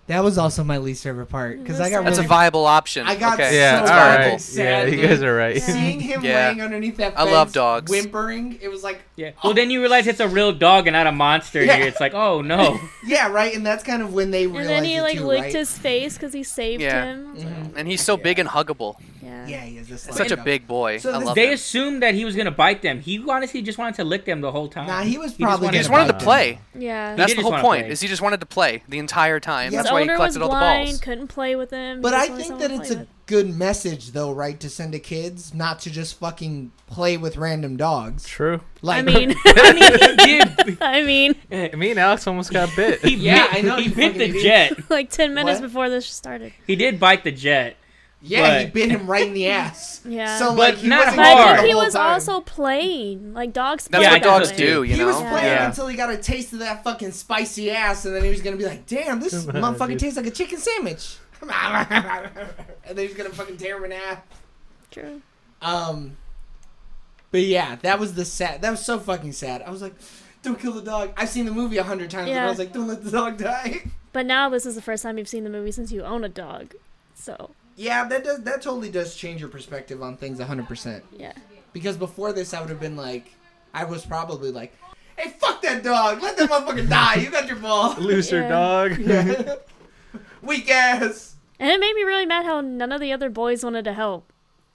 S1: that was also my least favorite part because I got
S3: That's a
S1: really
S3: viable option.
S1: I got
S3: okay.
S2: Yeah.
S1: so
S2: all
S3: that's
S1: horrible.
S2: right.
S3: viable.
S1: Sad,
S2: yeah, you
S1: dude.
S2: guys are right.
S5: Yeah.
S1: seeing him
S3: Yeah.
S1: laying undernew that.
S3: I love
S1: fence,
S3: dogs.
S1: Whimpering. It was like,
S4: Yeah. Well, then you realize it's a real dog and not a monster.
S1: Yeah.
S4: Here, it's like, oh no.
S1: yeah, right. And that's kind of when they
S5: And
S1: realized.
S5: then he
S1: it
S5: like
S1: too,
S5: licked
S1: right?
S5: his face because he saved
S3: Yeah.
S5: him. I was like,
S1: Mhm.
S3: And he's so big and huggable.
S5: yeah.
S1: Mm-hmm. Yeah, he is just like
S3: Such a big boy.
S1: So
S3: I
S1: this-
S3: love
S4: they
S3: him.
S4: assumed that he was gonna bite them. He honestly just wanted to lick them the whole time.
S1: Nah, he was
S4: just
S1: probably gonna
S3: He
S4: wanted-
S3: just wanted to
S1: bite
S3: play.
S5: Yeah.
S3: That's
S4: He did
S3: the
S4: just
S3: whole
S4: wanna
S3: point.
S4: play.
S3: Is he just wanted to play the entire time?
S1: Yeah.
S5: His
S3: That's why he
S5: owner was
S3: collected all the
S5: blind,
S3: balls.
S5: couldn't play with him.
S1: But
S5: just
S1: I
S5: wanted
S1: think
S5: someone
S1: that
S5: to
S1: it's
S5: play
S1: a
S5: with.
S1: good message, though, right, to send to kids not to just fucking play with random dogs.
S2: True.
S1: Like,
S5: I mean,
S4: Dude,
S5: I mean,
S2: Me and Alex almost got bit.
S4: he
S1: Yeah,
S4: bit,
S1: I know,
S4: He
S1: you
S4: bit
S1: fucking
S4: the
S1: idiot.
S4: jet.
S5: like ten minutes
S1: What?
S5: before this started.
S4: He did bite the jet.
S1: yeah, he
S4: but-
S1: bit him right in the ass.
S5: Yeah.
S1: So
S4: But
S1: like, he
S4: not
S1: wasn't
S5: But I
S4: hard.
S1: the
S5: think he
S1: whole
S5: was
S1: time.
S5: also playing. Like dogs.
S3: That's
S5: play
S4: Yeah, I
S3: what
S5: that
S3: dogs
S4: think-
S5: way.
S3: do, you
S1: He
S3: know.
S1: was playing
S4: Yeah.
S1: until he got a taste of that fucking spicy ass, and then he was gonna be like, "Damn, this
S2: Come on,
S1: motherfucking
S2: dude.
S1: tastes like a chicken sandwich." and then he's gonna fucking tear him in half.
S5: True.
S1: Um, but yeah, that was the sad. That was so fucking sad. I was like, "Don't kill the dog." I've seen the movie a hundred times, and I
S5: Yeah.
S1: was like, "Don't let the dog die."
S5: But now this is the first time you've seen the movie since you own a dog. So
S1: yeah, that does. That totally does change your perspective on things a hundred percent.
S5: yeah.
S1: Because before this, I would have been like, I was probably like, "Hey, fuck that dog! Let that motherfucker die! You got your ball,
S2: Looser
S5: Yeah.
S2: dog.
S1: weak ass."
S5: And it made me really mad how none of the other boys wanted to help.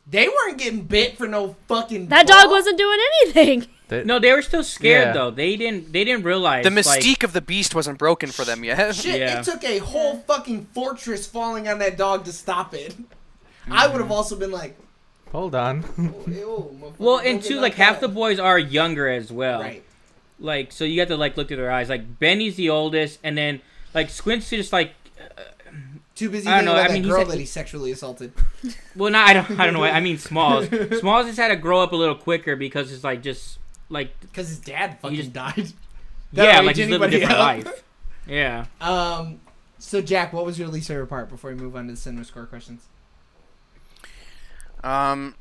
S1: They weren't getting bit for no fucking.
S5: That
S1: ball.
S5: dog wasn't doing anything.
S4: No, they were still scared
S2: Yeah.
S4: though. They didn't. They didn't realize
S3: The
S4: like-
S3: mystique of the beast wasn't broken for them yet.
S1: Shit,
S4: Yeah.
S1: it took a whole fucking fortress falling on that dog to stop it. I would have also been like,
S2: Hold on.
S1: "Ew, motherfucker,
S4: well,
S1: don't
S4: and
S1: get
S4: two,
S1: knocked
S4: like half
S1: out."
S4: the boys are younger as well.
S1: Right.
S4: Like, so you got to like look through their eyes. Like Benny's the oldest, and then like Squints is just like,
S1: Too busy thinking
S4: I don't know,
S1: about
S4: I
S1: that
S4: mean, he
S1: girl
S4: said-
S1: that he sexually assaulted.
S4: well, no, I don't. I don't know. What, I mean, Smalls. Smalls just had to grow up a little quicker because it's like just like
S1: Because his dad fucking
S4: just-
S1: died.
S4: yeah,
S1: age
S4: like he's living a
S1: anybody
S4: different
S1: up.
S4: life. Yeah.
S1: Um, so, Jack, what was your least favorite part before we move on to the cinema score questions?
S3: Um,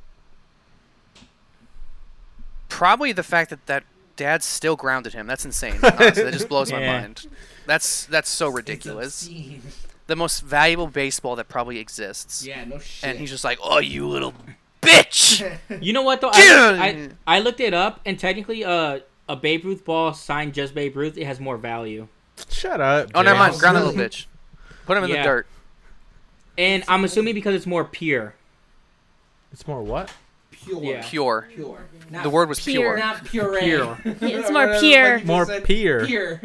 S3: probably the fact that that dad still grounded him. That's insane. honestly. that just blows my
S4: Yeah.
S3: mind. That's that's so
S1: It's
S3: ridiculous.
S1: obscene.
S3: The most valuable baseball that probably exists.
S1: Yeah, no shit.
S3: And he's just like, "Oh, you little bitch."
S4: You know what though?
S3: Yeah.
S4: I, I I looked it up, and technically, uh, a Babe Ruth ball signed just Babe Ruth, it has more value.
S2: Shut up.
S3: oh, never
S2: James.
S3: mind. Ground that little bitch. Put him in
S4: Yeah.
S3: the dirt.
S4: And I'm assuming because it's more pure.
S2: It's more what?
S1: pure.
S4: yeah.
S3: Pure.
S1: Pure. Not,
S3: The word was
S5: Pure.
S3: pure.
S1: Not puree.
S4: Pure.
S5: It's more
S1: Like
S5: pure.
S1: you
S2: More
S1: said,
S2: peer.
S1: Pure.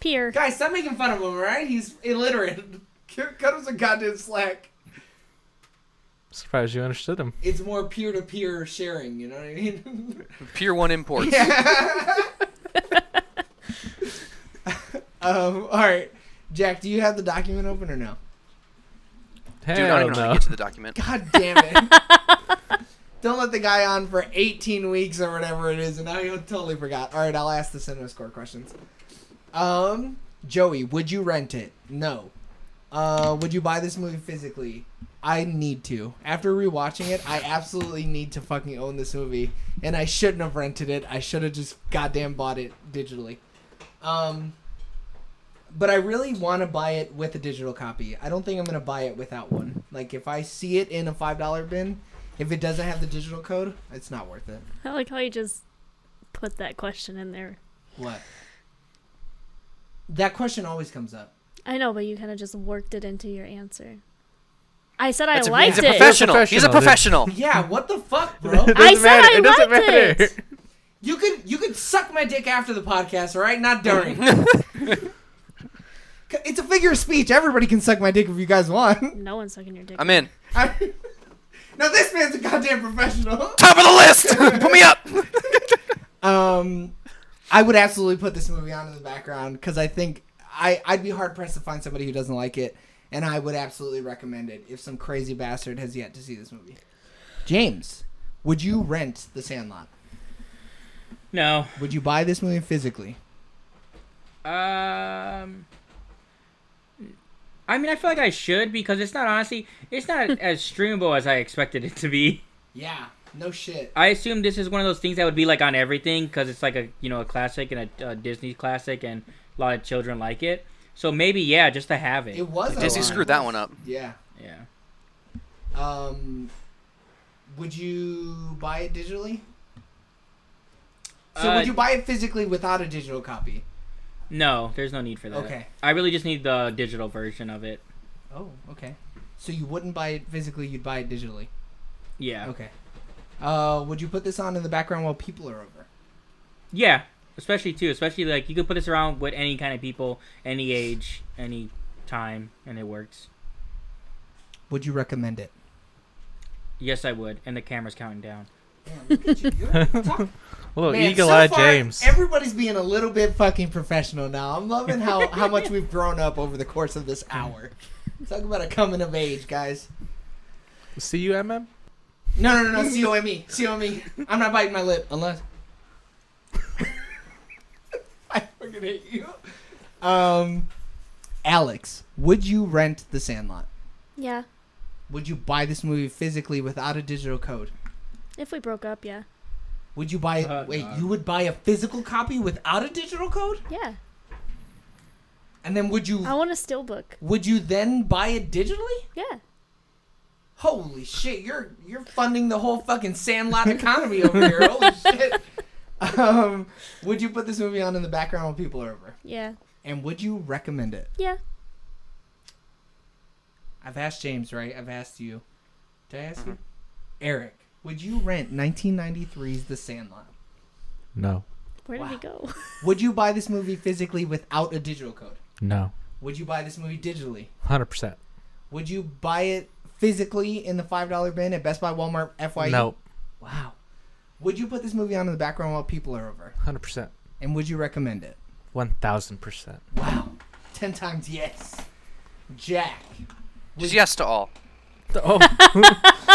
S5: Pier.
S1: Guys, stop making fun of him, alright? He's illiterate. Cut him some goddamn slack.
S2: Surprised you understood him.
S1: It's more peer to peer sharing, you know what I mean?
S3: Pure one imports.
S1: um, alright. Jack, do you have the document open or no?
S2: Hell
S3: Dude, I don't even know how
S2: no.
S3: to get to the document.
S1: God damn it. Don't let the guy on for 18 weeks or whatever it is, and I totally forgot. Alright, I'll ask the cinema score questions. Um, Joey, would you rent it? No. Uh, would you buy this movie physically? I need to. After rewatching it, I absolutely need to fucking own this movie, and I shouldn't have rented it. I should have just goddamn bought it digitally. Um, but I really want to buy it with a digital copy. I don't think I'm gonna buy it without one. Like if I see it in a five dollar bin, if it doesn't have the digital code, it's not worth it.
S5: I like how you just put that question in there.
S1: What? That question always comes up.
S5: I know, but you kind of just worked it into your answer. I said
S3: That's
S5: I
S3: a-
S5: liked
S3: he's a
S5: it.
S3: professional. He's a
S2: Professional,
S3: professional.
S1: Yeah, what the fuck, bro?
S5: I said I
S2: It doesn't
S5: liked
S2: matter.
S5: it.
S1: you could you could suck my dick after the podcast, all right? Not during. it's a figure of speech. Everybody can suck my dick if you guys want.
S5: No one's sucking your dick.
S3: I'm in.
S1: I, now this man's a goddamn professional.
S3: Top of the list. Put me up.
S1: Um, I would absolutely put this movie on in the background because I think I I'd be hard pressed to find somebody who doesn't like it, and I would absolutely recommend it if some crazy bastard has yet to see this movie. James, would you rent The Sandlot?
S4: No.
S1: Would you buy this movie physically?
S4: Um. I mean, I feel like I should because it's not honestly, it's not as streamable as I expected it to be.
S1: Yeah, no shit.
S4: I assume this is one of those things that would be like on everything because it's like a you know a classic and a, a Disney classic and a lot of children like it. So maybe yeah, just to have it.
S1: It was a
S3: Disney
S1: lot.
S3: screwed that one up.
S1: Yeah.
S4: Yeah.
S1: Um, would you buy it digitally? So
S4: Uh,
S1: would you buy it physically without a digital copy?
S4: No, there's no need for that.
S1: Okay.
S4: I really just need the digital version of it.
S1: Oh, okay. So you wouldn't buy it physically; you'd buy it digitally.
S4: Yeah.
S1: Okay. Uh, would you put this on in the background while people are over?
S4: Yeah. Especially too, especially like you could put this around with any kind of people, any age, any time, and it works.
S1: Would you recommend it?
S4: Yes, I would. And the camera's counting down.
S2: Little
S1: Man,
S2: eagle
S1: so
S2: eye
S1: far,
S2: James.
S1: Everybody's being a little bit fucking professional now. I'm loving how, how much we've grown up over the course of this hour. Talk about a coming of age, guys.
S2: See you, MM.
S1: No, no, no, no. C O M E. C O M E. I'm not biting my lip unless. I fucking hate you. Um, Alex, would you rent The Sandlot?
S5: Yeah.
S1: Would you buy this movie physically without a digital code?
S5: If we broke up, yeah.
S1: Would you buy?
S4: Uh,
S1: wait,
S4: no.
S1: you would buy a physical copy without a digital code,
S5: Yeah.
S1: and then would you?
S5: I want a steelbook.
S1: Would you then buy it digitally?
S5: Yeah.
S1: Holy shit! You're you're funding the whole fucking Sandlot economy over here. Holy shit! Um, would you put this movie on in the background when people are over?
S5: Yeah.
S1: And would you recommend it?
S5: Yeah.
S1: I've asked James, right? I've asked you. Did I ask you? Eric, would you rent 1993's The Sandlot?
S2: No,
S5: Where did he
S1: Wow.
S5: go?
S1: Would you buy this movie physically without a digital code?
S2: no,
S1: Would you buy this movie digitally?
S2: hundred percent.
S1: Would you buy it physically in the five dollar bin at Best Buy, Walmart, FYE?
S2: No,
S1: Wow. Would you put this movie on in the background while people are over?
S2: hundred percent.
S1: And would you recommend it?
S2: One thousand percent.
S1: Wow. Ten times yes. Jack.
S3: Just yes to all.
S2: Oh,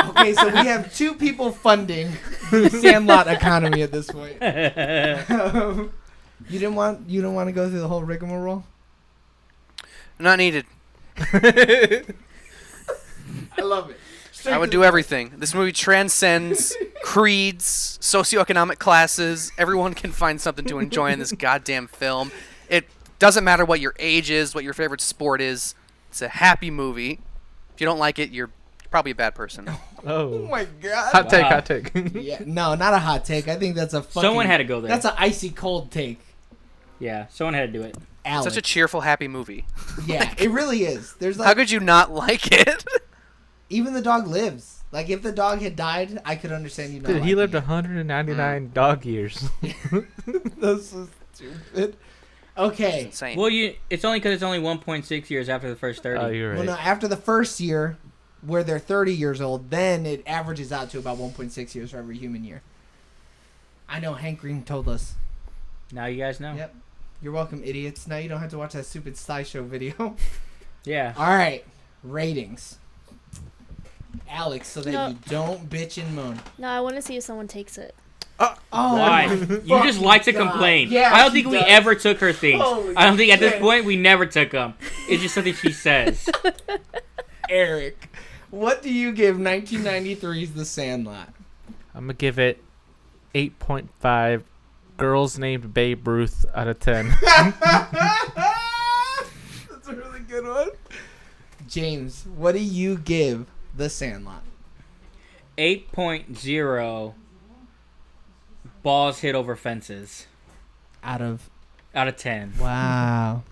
S1: Okay, so we have two people funding the Sandlot economy at this point. Um, you didn't want you don't want to go through the whole rigmarole.
S3: Not needed.
S1: I love it.
S3: I would do everything. This movie transcends creeds, socioeconomic classes. Everyone can find something to enjoy in this goddamn film. It doesn't matter what your age is, what your favorite sport is. It's a happy movie. If you don't like it, you're probably a bad person.
S1: Oh
S2: oh.
S1: my god.
S2: Hot take,
S4: Wow.
S2: hot take.
S1: yeah, no, not a hot take. I think that's a fucking,
S4: Someone had to go there.
S1: That's an icy cold take.
S4: Yeah, someone had to do it.
S1: Alex.
S3: Such a cheerful, happy movie.
S1: yeah, it really is. There's
S3: How
S1: like
S3: could you not like it?
S1: even the dog lives. Like if the dog had died, I could understand you. Not
S2: Dude, he
S1: liking
S2: lived
S1: it. Mm.
S2: 199 dog years.
S1: That's so stupid. Okay.
S3: Insane.
S4: Well, you it's only because it's only 1.6 years after the first 30.
S2: Oh, you're
S1: Well,
S2: right.
S1: no, after the first year, where they're 30 years old, then it averages out to about 1.6 years for every human year. I know Hank Green told us.
S4: Now you guys know.
S1: Yep. You're welcome, idiots. Now you don't have to watch that stupid SciShow video.
S4: Yeah.
S1: All right, ratings. Alex, so that
S5: No.
S1: you don't bitch and moan.
S5: No, I want to see if someone takes it.
S1: Oh,
S4: Uh, Why? You just like to
S1: God.
S4: complain.
S1: Yeah,
S4: I don't
S1: she
S4: think we
S1: does.
S4: ever took her things.
S1: Holy
S4: I don't think at this
S1: shit.
S4: point we never took them. It's just something she says.
S1: Eric, what do you give 1993's The Sandlot?
S2: I'm gonna give it 8.5 girls named Babe Ruth out of 10.
S1: That's a really good one. James, what do you give The Sandlot?
S4: 8.0 balls hit over fences
S1: Out of
S4: out of 10.
S1: wow.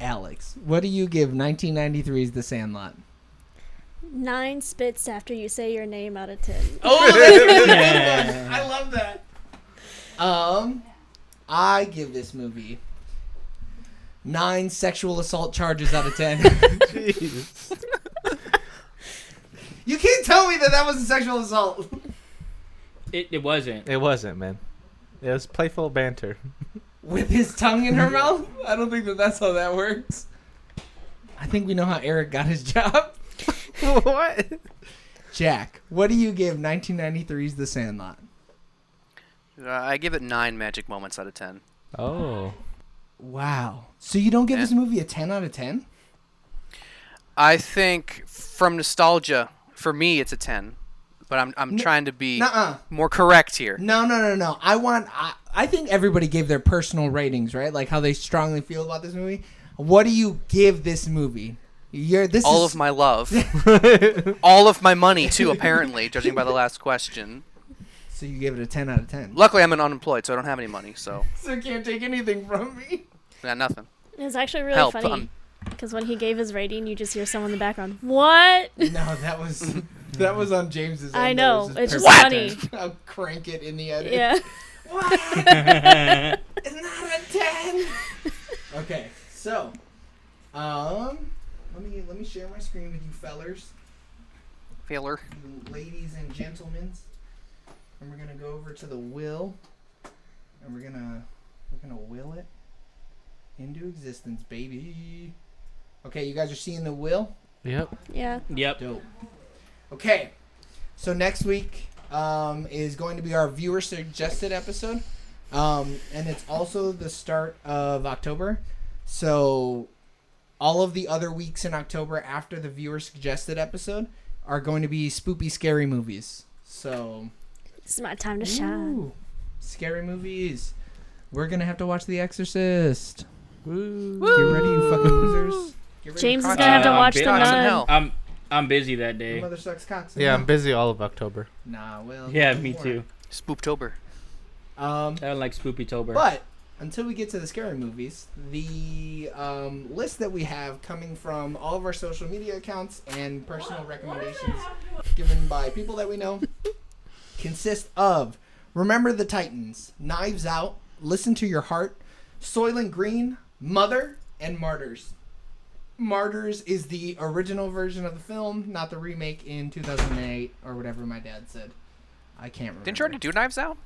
S1: Alex, what do you give 1993's The Sandlot?
S5: Nine spits after you say your name out of ten.
S1: Oh,
S4: Yeah.
S1: I love that. Um, I give this movie nine sexual assault charges out of ten.
S2: Jeez.
S1: you can't tell me that that was a sexual assault.
S4: It, it wasn't.
S2: It wasn't, man. It was playful banter.
S1: With his tongue in her mouth? I don't think that that's how that works. I think we know how Eric got his job.
S2: what?
S1: Jack, what do you give 1993's The Sandlot?
S3: Uh, I give it nine magic moments out of ten.
S2: Oh.
S1: Wow. So you
S3: Eh?
S1: don't give this movie a 10 out of 10?
S3: I think from nostalgia, for me, it's a ten, but I'm I'm trying to be
S1: Nuh-uh.
S3: more correct here.
S1: No, no, no, no. I want. I, I think everybody gave their personal ratings, right? Like how they strongly feel about this movie. What do you give this movie? You're this.
S3: All
S1: is,
S3: of my love, all of my money too. Apparently, judging by the last question.
S1: So you give it a ten out of ten.
S3: Luckily, I'm an unemployed, so I don't have any money, so
S1: So can't take anything from me.
S3: I got nothing.
S5: It's actually really
S3: Help,
S5: funny
S3: um.
S5: because when he gave his rating, you just hear someone in the background. What?
S1: No, that was that was on James's.
S5: I
S1: end.
S5: know.
S1: That was
S5: It's just
S1: perfect.
S5: funny.
S1: I'll crank it in the edit.
S5: Yeah.
S1: What?
S4: yeah,
S1: not a ten. okay, so, um, let me let me share my screen with you fellers.
S3: Failure.
S1: ladies and gentlemen. And we're gonna go over to the will, and we're gonna we're gonna will it into existence, baby. Okay, you guys are seeing the will.
S2: Yep.
S5: Yeah.
S4: Yep.
S1: Dope. Okay, so next week um, is going to be our viewer suggested episode, um, and it's also the start of October. So all of the other weeks in October after the viewer suggested episode are going to be spoopy scary movies. So
S5: This is my time to shine.
S1: Ooh, scary movies. We're gonna have to watch The Exorcist.
S2: Woo.
S1: Get ready, you fucking losers. Get ready
S5: James
S1: for
S5: is
S1: cock-
S5: gonna have to
S4: Uh,
S5: watch
S4: I'm
S5: the
S4: big on
S3: some
S5: nun.
S3: hell.
S4: I'm I'm busy that day.
S1: Your mother sucks cocks.
S2: Yeah, I'm busy all of October.
S1: Nah, well.
S4: Yeah,
S1: don't
S4: me
S1: worry.
S4: too.
S3: Spooptober.
S1: Um,
S4: I don't like Spoopy Tober.
S1: But until we get to the scary movies, the um, list that we have coming from all of our social media accounts and personal recommendations given by people that we know consists of Remember the Titans, Knives Out, Listen to Your Heart, Soylent Green, Mother, and Martyrs. Martyrs is the original version of the film, not the remake in 2008 or whatever my dad said. I can't remember.
S3: Didn't you already do Knives Out?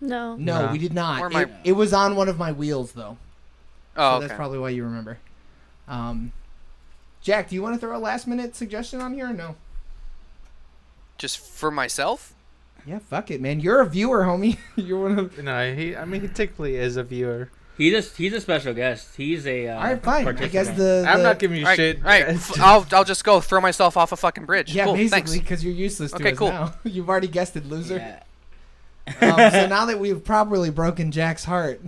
S5: No.
S1: No,
S2: Nah.
S1: we did not.
S3: Or
S1: It,
S3: my-
S1: it was on one of my wheels though,
S3: Oh,
S1: so
S3: okay.
S1: that's probably why you remember. Um, Jack, do you want to throw a last minute suggestion on here or no?
S3: Just for myself.
S1: Yeah, fuck it, man. You're a viewer, homie. You're one of.
S2: No, he. I mean, he technically is a viewer.
S4: he's a he's a special guest. He's a. Uh,
S1: All right, fine. I guess
S4: participant.
S1: the,
S2: I'm
S1: the-
S2: not giving you
S3: Right,
S2: shit.
S3: right. F- I'll I'll just go throw myself off a fucking bridge.
S1: Yeah,
S3: cool.
S1: basically,
S3: Thanks.
S1: because you're useless to
S3: Okay,
S1: us
S3: cool.
S1: now. You've already guessed it, loser.
S4: Yeah.
S1: um, so now that we've properly broken Jack's heart,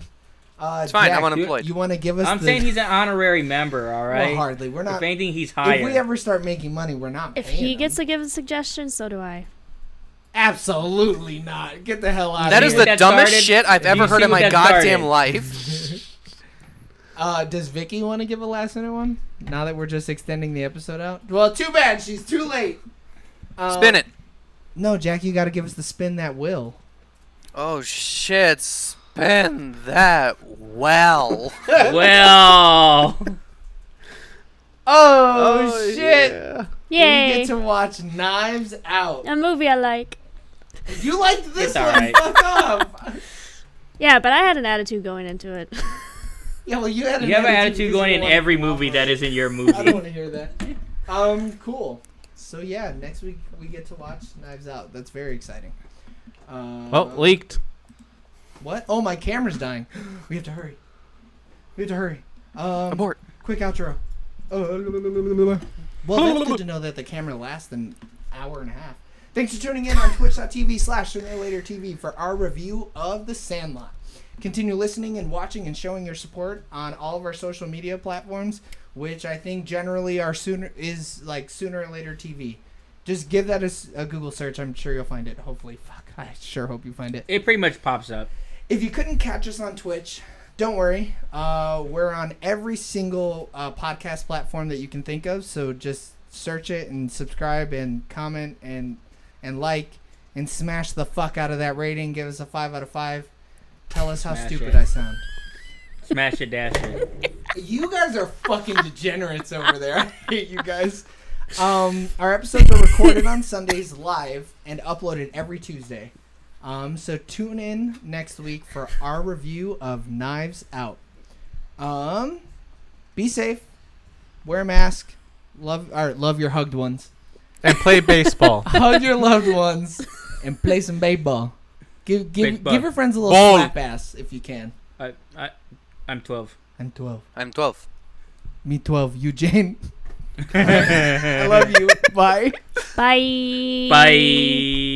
S1: uh,
S3: It's fine.
S1: Jack,
S3: I'm unemployed.
S1: You want to give us?
S4: I'm
S1: the,
S4: saying he's an honorary member. All
S1: well,
S4: right.
S1: hardly. We're not.
S4: If anything, he's higher.
S1: If we ever start making money, we're not.
S5: If
S1: paying
S5: he
S1: him.
S5: gets to give a suggestion, so do I.
S1: absolutely not. Get the hell out.
S3: That
S1: of
S3: is
S1: here.
S3: the
S4: That
S3: dumbest
S4: started-
S3: shit I've
S4: Do
S3: ever
S4: you
S3: heard
S4: see
S3: in my
S4: that
S3: goddamn
S4: started?
S3: life.
S1: Uh, does Vicky want to give a last minute one? Now that we're just extending the episode out. Well, too bad she's too late. Uh,
S3: Spin it.
S1: No, Jack, you got to give us the spin that will.
S3: Oh shit! Spin that well.
S4: well,
S1: Oh, shit! We
S5: Yay!
S1: get to watch Knives Out.
S5: A movie I like.
S1: You liked this
S4: It's all
S1: one.
S4: right.
S1: Fuck off.
S5: Yeah, but I had an attitude going into it.
S1: Yeah, well, you had.
S4: you have an
S1: because
S4: attitude going
S1: you
S4: in
S1: wanted to
S4: every
S1: go
S4: movie
S1: off
S4: that
S1: on-
S4: isn't your
S1: I don't
S4: movie.
S1: want to hear that. Um, cool. So yeah, next week we get to watch Knives Out. That's very exciting. Um,
S2: Oh, leaked.
S1: What? Oh, my camera's dying. We have to hurry. We have to hurry. Um,
S3: Abort.
S1: quick outro. Uh, well, that's good to know that the camera lasts an hour and a half. Thanks for tuning in on twitch.tv slash sooner or later TV for our review of The Sandlot. Continue listening and watching and showing your support on all of our social media platforms, which I think generally are sooner is like sooner or later TV. Just give that a, s- a Google search. I'm sure you'll find it. Hopefully, fuck, I sure hope you find it.
S4: it pretty much pops up.
S1: If you couldn't catch us on Twitch, Don't worry. Uh, we're on every single uh, podcast platform that you can think of. So just search it and subscribe and comment and and like and smash the fuck out of that rating. Give us a five out of five. Tell us how
S4: Smash
S1: stupid
S4: it.
S1: I sound.
S4: Smash it, dash it.
S1: You guys are fucking degenerates over there. I hate you guys. Um, our episodes are recorded on Sundays live and uploaded every Tuesday. Um, so tune in next week for our review of Knives Out. Um, be safe. Wear a mask. Love or love your hugged ones.
S2: And play baseball.
S1: Hug your loved ones and play some baseball. Give give
S4: Baseball.
S1: give your friends a little
S2: Ball.
S1: slap ass if you can.
S4: I, I, I'm 12.
S1: I'm 12.
S3: I'm 12.
S1: Me 12. You Jane. I love you. Bye.
S5: Bye.
S4: Bye.